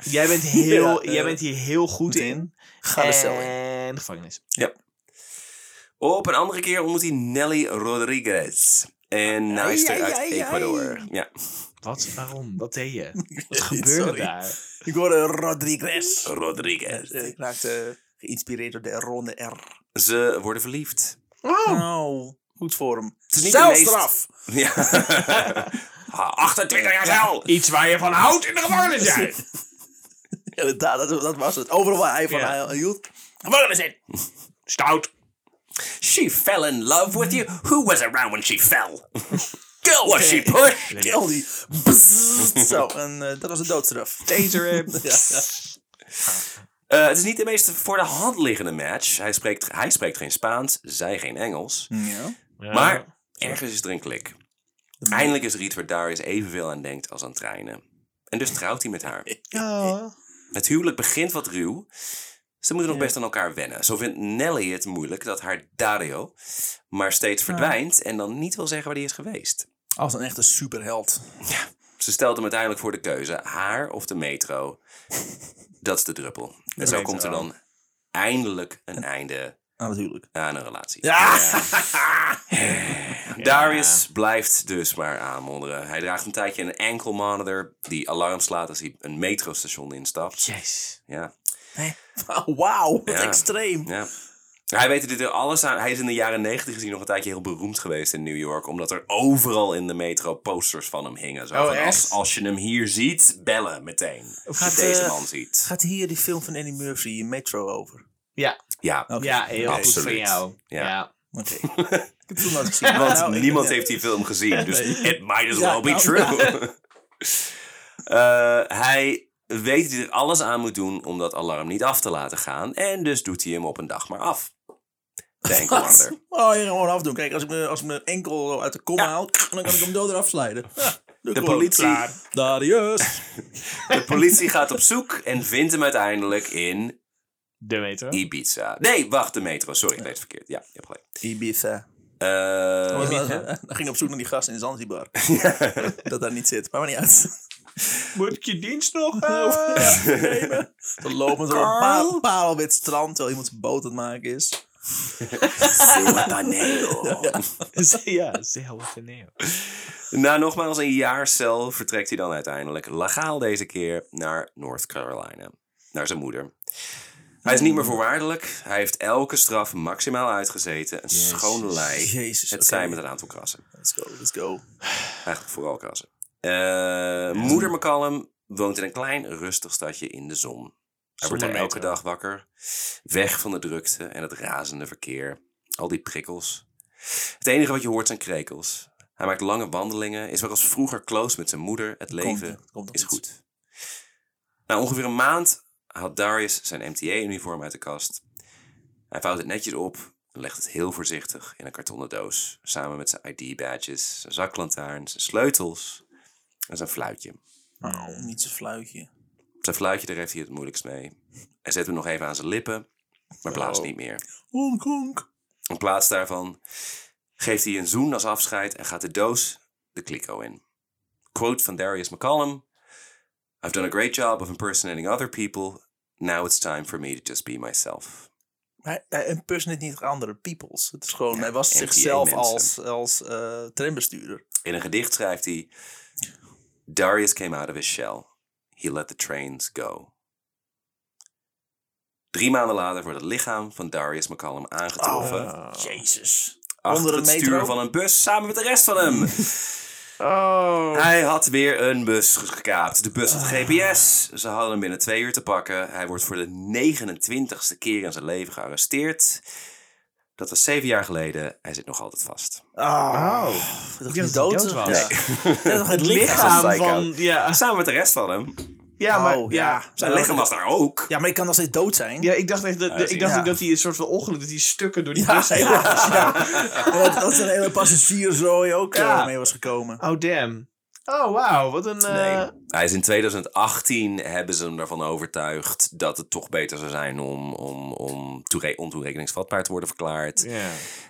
Jij bent, heel, Ja, eh, jij bent hier heel goed in. Ga de cel in. En gevangenis. Op een andere keer ontmoet hij Nelly Rodriguez. Een naaister ai, uit ai, ai. Ecuador. Ja. Wat? Waarom? Wat deed je? Wat gebeurde Sorry. daar? Ik hoorde Rodriguez. Oh, Rodriguez. Eh, Ik raakte geïnspireerd door de ronde R. Ze worden verliefd. Nou, goed voor hem. Het is niet de Zelfstraf! Ja. Ha, 28 Ah, jaar cel! Iets waar je van houdt in de gevangenis, jij! Ja, inderdaad, dat, dat was het. Overal waar hij van Ja. hield. Gevangenis in! Stout. She fell in love with you. Who was around when she fell? Girl, was she pushed? Kill die. Bzzzt. Zo, en eh, dat was de doodstraf. Taseren. Ja, ja. Eh, het is niet de meest voor de hand liggende match. Hij spreekt, hij spreekt geen Spaans, zij geen Engels. Ja. Maar ergens is er een klik. Eindelijk is er iets waar Darius evenveel aan denkt als aan treinen. En dus trouwt hij met haar. Ja. Het huwelijk begint wat ruw. Ze moeten nog best aan elkaar wennen. Zo vindt Nelly het moeilijk dat haar Dario maar steeds verdwijnt en dan niet wil zeggen waar hij is geweest. Als een echte superheld. Ze stelt hem uiteindelijk voor de keuze: haar of de metro. Dat is de druppel. en zo metro. komt er dan eindelijk een einde Ah, natuurlijk. aan een relatie. Ja! Darius blijft dus maar aanmodderen. Hij draagt een tijdje een ankle monitor die alarm slaat als hij een metrostation instapt. Yes. Ja, Wauw, wat Ja. extreem. ja. Hij weet er er alles aan. Hij is in de jaren negentig gezien nog een tijdje heel beroemd geweest in New York. Omdat er overal in de metro posters van hem hingen. Zo Oh, van, als, echt? als je hem hier ziet, bellen meteen. Als je Gaat, deze eh, man ziet. Gaat hier die film van Eddie Murphy, in Metro, over? Ja. Ja, Oké. Ja, heel goed van Absoluut. jou. Ja. Ja. Oké. Ik heb het nooit gezien. Want Nou, ik- niemand ja. heeft die film gezien, dus it might as Ja, well be nou, true. Eh, hij weet dat hij er alles aan moet doen om dat alarm niet af te laten gaan. En dus doet hij hem op een dag maar af. Denk Wat? Oh, je gewoon afdoen. Kijk, als ik, me, als ik mijn enkel uit de kom haal, dan kan ik hem dood eraf slijden. De politie, Darius. de politie gaat op zoek en vindt hem uiteindelijk in De metro. Ibiza. Nee, wacht, de metro. Sorry, ik weet het verkeerd. Ja, je hebt gelijk. Ibiza. Eh, Dan ging op zoek naar die gast in Zanzibar. Dat daar niet zit, maar maar niet uit. Moet ik je dienst nog? Dan lopen ze op een paal, paal wit strand, terwijl iemand zijn boot aan het maken is. Ah, Guantanamo. ja, zeer wat een eeuw. Na nogmaals een jaar cel vertrekt hij dan uiteindelijk legaal deze keer naar North Carolina. Naar zijn moeder. Hij is niet meer voorwaardelijk. Hij heeft elke straf maximaal uitgezeten. Een schone lei. Jezus, het oké. zijn met een aantal krassen. Let's go, let's go. Eigenlijk vooral krassen. Eh, moeder McCallum woont in een klein rustig stadje in de zon. Hij wordt Zonder er elke metro. dag wakker. Weg van de drukte en het razende verkeer. Al die prikkels. Het enige wat je hoort zijn krekels. Hij maakt lange wandelingen, is weer als vroeger close met zijn moeder. Het leven Komt- komt nog is iets. goed. Na ongeveer een maand haalt Darius zijn MTA-uniform uit de kast. Hij vouwt het netjes op en legt het heel voorzichtig in een kartonnen doos. Samen met zijn ID-badges, zijn zaklantaarn, zijn sleutels en zijn fluitje. Nou, niet zo'n fluitje. Zijn fluitje, daar heeft hij het moeilijkst mee. Hij zet hem nog even aan zijn lippen, maar blaast niet meer. Honk, honk. In plaats daarvan geeft hij een zoen als afscheid en gaat de doos de kliko in. Quote van Darius McCallum. I've done a great job of impersonating other people. Now it's time for me to just be myself. Hij, hij impersoneert niet andere peoples. Het is gewoon, Ja, hij was NPA zichzelf mensen. als, als eh, trambestuurder. In een gedicht schrijft hij... Darius came out of his shell. He let the trains go. Drie maanden later wordt het lichaam van Darius McCallum aangetroffen... Oh, Jezus. achter Onder het een metro? stuur van een bus samen met de rest van hem. Oh. Hij had weer een bus gekaapt. De bus had GPS. Ze hadden hem binnen twee uur te pakken. Hij wordt voor de 29ste keer in zijn leven gearresteerd. Dat was zeven jaar geleden. Hij zit nog altijd vast. Ah. Oh. Ik dacht dat niet hij dood dood was. was. Ja. Ik dacht Het lichaam. Lichaam psycho. van... Ja, Samen met de rest van hem. ja maar... Oh, ja. ja. Zijn lichaam was daar ook. Ja, maar ik kan nog steeds dood zijn. Ja, ik dacht echt dat, Ja, dat ik is- dacht ja. ook dat hij een soort van ongeluk, dat hij stukken door die Ja, bus heen helaas. Ja. Want Dat is een hele passagierszooi ook Ja. eh, mee was gekomen. Oh, damn. Oh, wauw, wat een... eh, Nee. Hij is in 2018 hebben ze hem ervan overtuigd dat het toch beter zou zijn om, om, om toere- ontoerekeningsvatbaar te worden verklaard. Ja.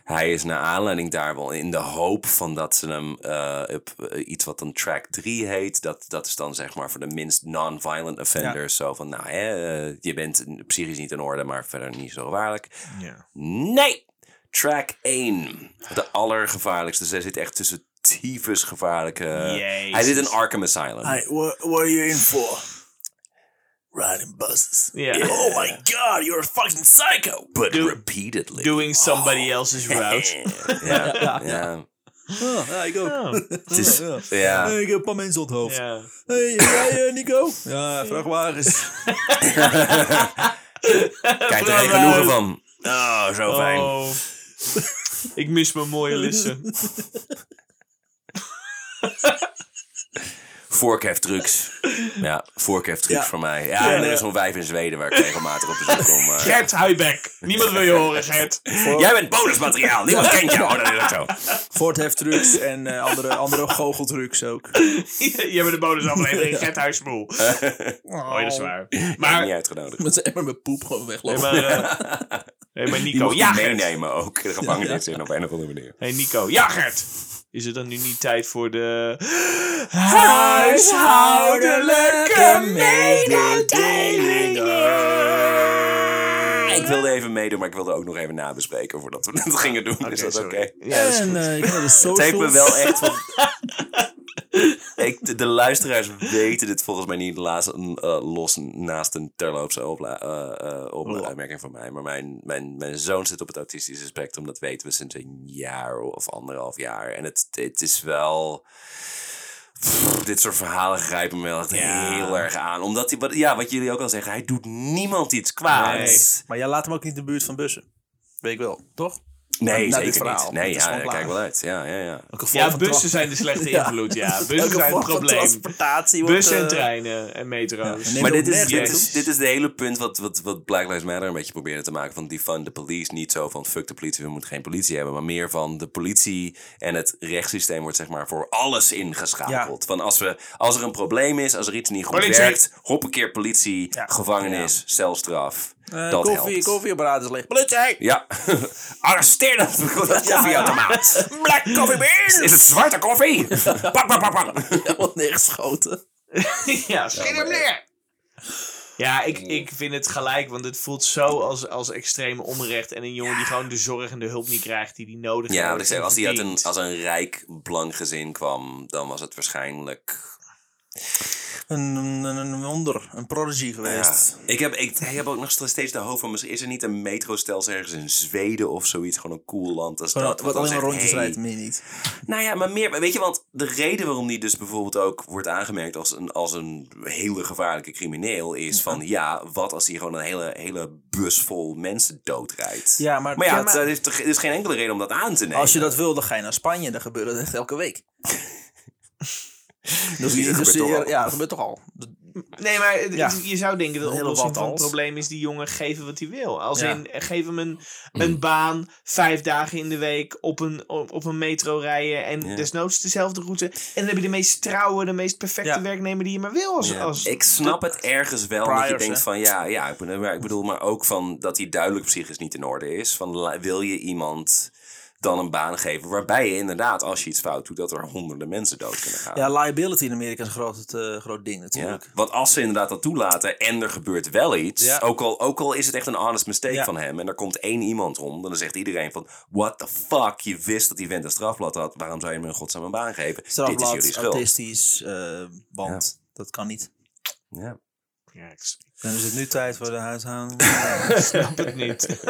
Hij is naar aanleiding daar wel in de hoop van dat ze hem eh, op eh, iets wat dan track 3 heet. Dat, dat is dan zeg maar voor de minst non-violent offenders. Zo van, nou hè, eh, je bent psychisch niet in orde, maar verder niet zo gevaarlijk. Ja. Nee! Track 1. De allergevaarlijkste. Zij zit echt tussen tyfus gevaarlijke... Eh, Jezus. Eh, Hij zit in Arkham Asylum. Hey, what, what are you in for? Riding buses. Ja. Oh my god, you're a fucking psycho. But Do- repeatedly. Doing Oh. somebody else's route. ja, ja, ja. Oh, ja, ik ook. Het is... Ja. ik heb een paar mensen onthoofd. Ja. Hey, jij eh, Nico? Ja, vrachtwagens. Kijk er geen genoegen van. Oh, zo fijn. Oh. ik mis mijn mooie lissen. Voorkeftrucs. Ja, voorkeftrucs Ja. voor mij. Ja, en er is zo'n wijf in Zweden waar ik regelmatig op bezoek kom. maar- Gert Huibek. Niemand wil je horen, Gert. Jij bent bonusmateriaal. Niemand kent jou. Oh, dat is ook zo. Ford heeft trucs en eh, andere, andere goocheltrucs ook. je hebt de bonusaflevering Gert Huismoel. Oh, dat is waar. Maar, Niet uitgenodigd. Met zijn met poep gewoon nee, weglopen. maar, eh, nee, maar Die Nico. mocht Ja, ja, Gert. meenemen ook. De gevangenis in op een of andere manier. Hey Nico. Ja, Gert. Is het dan nu niet tijd voor de... Huishoudelijke Ik wilde even meedoen, maar ik wilde ook nog even nabespreken voordat we dat gingen doen. is dat oké? sorry. Ja, dat is En eh, ik heb de socials. Het heeft me wel echt van... Ik, de, de luisteraars weten dit volgens mij niet laas, eh, los naast een terloopse opla, eh, eh, op, Oh. opmerking van mij. Maar mijn, mijn, mijn zoon zit op het autistische spectrum. Dat weten we sinds een jaar of anderhalf jaar. En het, het is wel... Pff, dit soort verhalen grijpen me wel echt heel erg aan. Omdat hij, wat, ja, wat jullie ook al zeggen, hij doet niemand iets kwaads. Maar jij laat hem ook niet in de buurt van bussen. Weet ik wel, toch? Nou, Nee, dit zeker verhaal. niet. Nee, Het is ja, gewoon kijk waar. wel uit. Ja, ja, ja. Elke vorm Ja, van bussen tra- zijn de slechte Ja. invloed. Ja, bussen elke zijn vorm het van probleem. transportatie wordt, Bussen en eh, treinen en metro's. Ja, en Maar Heel dit is, nergens dit, is, naartoe. dit is het hele punt wat, wat, wat Black Lives Matter een beetje proberen te maken. Van defund de police. Niet zo van fuck de politie, we moeten geen politie hebben. Maar meer van de politie en het rechtssysteem wordt zeg maar voor alles ingeschakeld. Van als, we, als er een probleem is, als er iets niet goed Politie. werkt. Hop een keer politie, Ja. gevangenis, celstraf. eh, dat koffie, helpt. koffieapparaat is leeg. Politie! Ja, arresteer dat koffieautomaat. Black coffee bean! Is het zwarte koffie? Pak, pak, pak, pak. Helemaal neergeschoten. ja, schiet hem neer! Ja, ik, ik vind het gelijk, want het voelt zo als, als extreem onrecht. En een jongen die gewoon de zorg en de hulp niet krijgt die hij nodig heeft. Ja, wat ik zeg, als hij uit een, verdient. als een rijk blank gezin kwam, dan was het waarschijnlijk. een, een, een wonder, een prodigy geweest. Ja. eh, Ik, heb, ik, ik heb ook nog steeds de hoofd van, is er niet een metrostelsel ergens in Zweden of zoiets? Gewoon een cool land als Gewoon dat. wat wat dan alleen maar zegt, rondjes hey, rijdt, meer niet. Nou ja, maar meer. maar Weet je, want de reden waarom die dus bijvoorbeeld ook wordt aangemerkt als een, als een hele gevaarlijke crimineel is van ja, wat als hij gewoon een hele, hele bus vol mensen doodrijdt? Ja, maar- maar ja, Ja, maar- het- er is, toch- er is geen enkele reden om dat aan te nemen. Als je dat wil, dan ga je naar Spanje. Dan gebeurt dat echt elke week. dus, Ja, dat dus- gebeurt toch al. ja, dat gebeurt toch al. Dat- Nee, maar het- Ja. je zou denken dat de Een hele oplossing wat van als. het probleem is die jongen geven wat hij wil. Als Ja. in, eh, geef hem een, een baan, vijf dagen in de week, op een, op, op een metro rijden en Ja. desnoods dezelfde route. En dan heb je de meest trouwe, de meest perfecte Ja. werknemer die je maar wil. Als, Ja, als, ik snap het ergens wel. dat je Priors, denkt hè? van ja, ja ik, bedoel, maar ik bedoel, maar ook van dat hij duidelijk psychisch niet in orde is. Van la- wil je iemand dan een baan geven waarbij je inderdaad, als je iets fout doet, dat er honderden mensen dood kunnen gaan. Ja, liability in Amerika is een groot, het, eh, groot ding natuurlijk. Ja. Want als ze inderdaad dat toelaten en er gebeurt wel iets, Ja. ook, al, ook al is het echt een honest mistake Ja. van hem en er komt één iemand om, dan zegt iedereen van what the fuck, je wist dat die vent een strafblad had, waarom zou je hem een godsnaam een baan geven? Dit is Strafblad, jullie schuld. autistisch, eh want dat kan niet. Ja. Ja, ik snap Dan is het nu tijd voor de huishouding. het niet.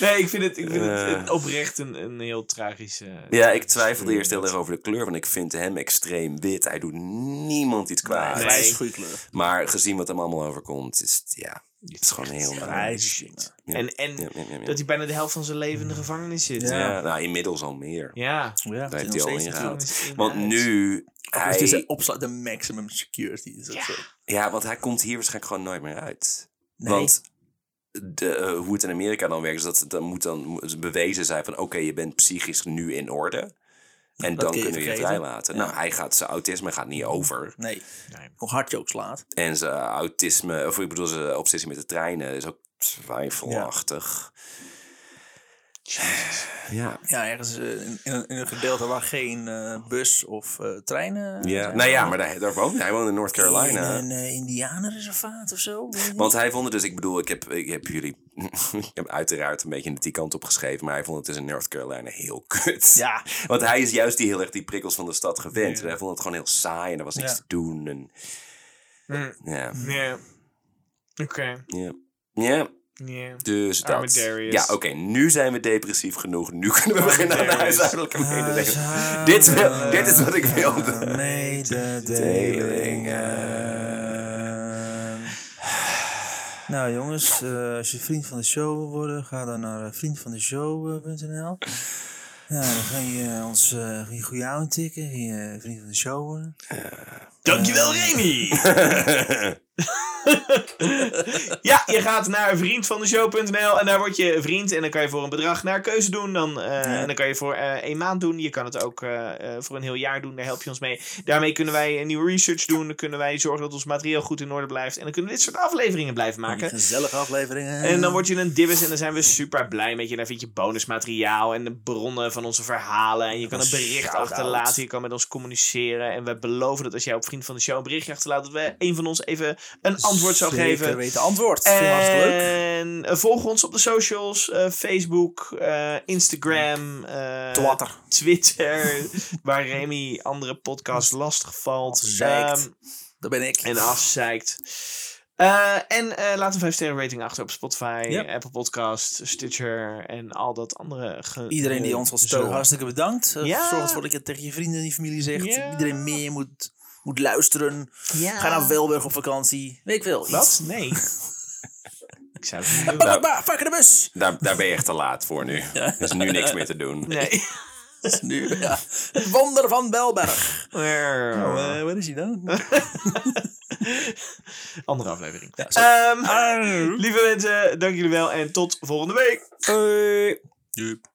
nee, ik vind het, ik vind het Eh. een- oprecht een, een heel tragische... ja, ik twijfelde eerst heel erg over de kleur, want ik vind hem extreem wit. Hij doet niemand iets kwaad. Nee. Grijs, goede kleur. Maar gezien wat hem allemaal overkomt, is het, ja, het is gewoon heel naar. Grijs. shit. Ja. En, en Ja, ja, ja, ja. dat hij bijna de helft van zijn leven in de gevangenis zit. Ja. Ja, nou, inmiddels al meer. Ja. Ja, Daar heeft hij al ingehaald. natuurlijk. Want nu, Dus het is hij, een opslag, de maximum security. Is dat Ja. zo? ja, want hij komt hier waarschijnlijk gewoon nooit meer uit. Nee. Want de, eh, hoe het in Amerika dan werkt, is dat het dan moet dan moet bewezen zijn van oké, je bent psychisch nu in orde. En Dat dan kun je kunnen we je vergeten. vrijlaten. Nou, hij gaat, zijn autisme gaat niet over. nee. Nee. Hoe hard je ook slaat. En zijn autisme, of ik bedoel, zijn obsessie met de treinen is ook twijfelachtig. Ja. Ja, ergens eh, in, in, een- in een gedeelte waar geen eh, bus of eh, treinen ja. zijn. Nou ja, maar daar, daar woont hij. Hij woont in North Carolina. In een eh, indianenreservaat of zo. weet ik niet. Want hij vond het dus, ik bedoel, ik heb, ik heb jullie ik heb uiteraard een beetje in die kant op geschreven, maar hij vond het dus in North Carolina heel kut. Ja. Want hij is juist die heel erg die prikkels van de stad gewend. En hij vond het gewoon heel saai en er was niks Ja. te doen. En, Mm. ja, Ja. Oké. ja, ja. Ja. Dus Arme dat. Darius. Ja, oké, nu zijn we depressief genoeg. Nu kunnen we beginnen aan de Darius. huishoudelijke mededelingen. Huishoudelijke Dit, wil- dit is wat ik wilde. Mededelingen. Nou jongens, eh, als je vriend van de show wil worden, ga dan naar eh, vriendvandeshow.nl. Ja, dan ga je eh, ons eh, hier goede ouwe tikken, hier eh, vriend van de show worden. Dankjewel, Remy! ja, je gaat naar vriendvandeshow.nl en daar word je vriend. En dan kan je voor een bedrag naar keuze doen. Dan, eh, En dan kan je voor eh één maand doen. Je kan het ook eh, eh, voor een heel jaar doen. Daar help je ons mee. Daarmee kunnen wij een nieuwe research doen. Dan kunnen wij zorgen dat ons materiaal goed in orde blijft. En dan kunnen we dit soort afleveringen blijven maken. Gezellige afleveringen. En dan word je een dibbes en dan zijn we super blij met je. Dan vind je bonusmateriaal en de bronnen van onze verhalen. En je kan een bericht shout-out. achterlaten. Je kan met ons communiceren. En we beloven dat als jij op Vriend van de Show een berichtje achterlaat... dat we een van ons even een antwoord zou Zeker geven. weten antwoord. Vind je hartstikke leuk. En eh, volg ons op de socials. eh, Facebook, eh, Instagram, eh, Twatter. Twitter. waar Remy andere podcasts lastig valt. Ehm, Afzeikt. Dat ben ik. En afzeikt. Eh, en eh, laat een 5-sterren rating achter op Spotify, Ja. Apple Podcast, Stitcher en al dat andere. ge- Iedereen die ons wil steunen, zo. hartstikke bedankt. Eh, Ja. Zorg ervoor dat je het tegen je vrienden en je familie zegt. Ja. Iedereen meer moet, moet luisteren. Ja. Ga nou naar Welberg op vakantie. Weet ik veel. Wat? Nee. Ik zou het niet doen. Bah, bah, bah, Fuck in de bus! Daar, daar ben je echt te laat voor nu. Er is nu niks meer te doen. Nee. Nu, ja. Het wonder van Belberg. Oh, Eh, waar is hij dan? Andere aflevering. Ehm, Arr. Ah. lieve mensen, dank jullie wel en tot volgende week. Joep.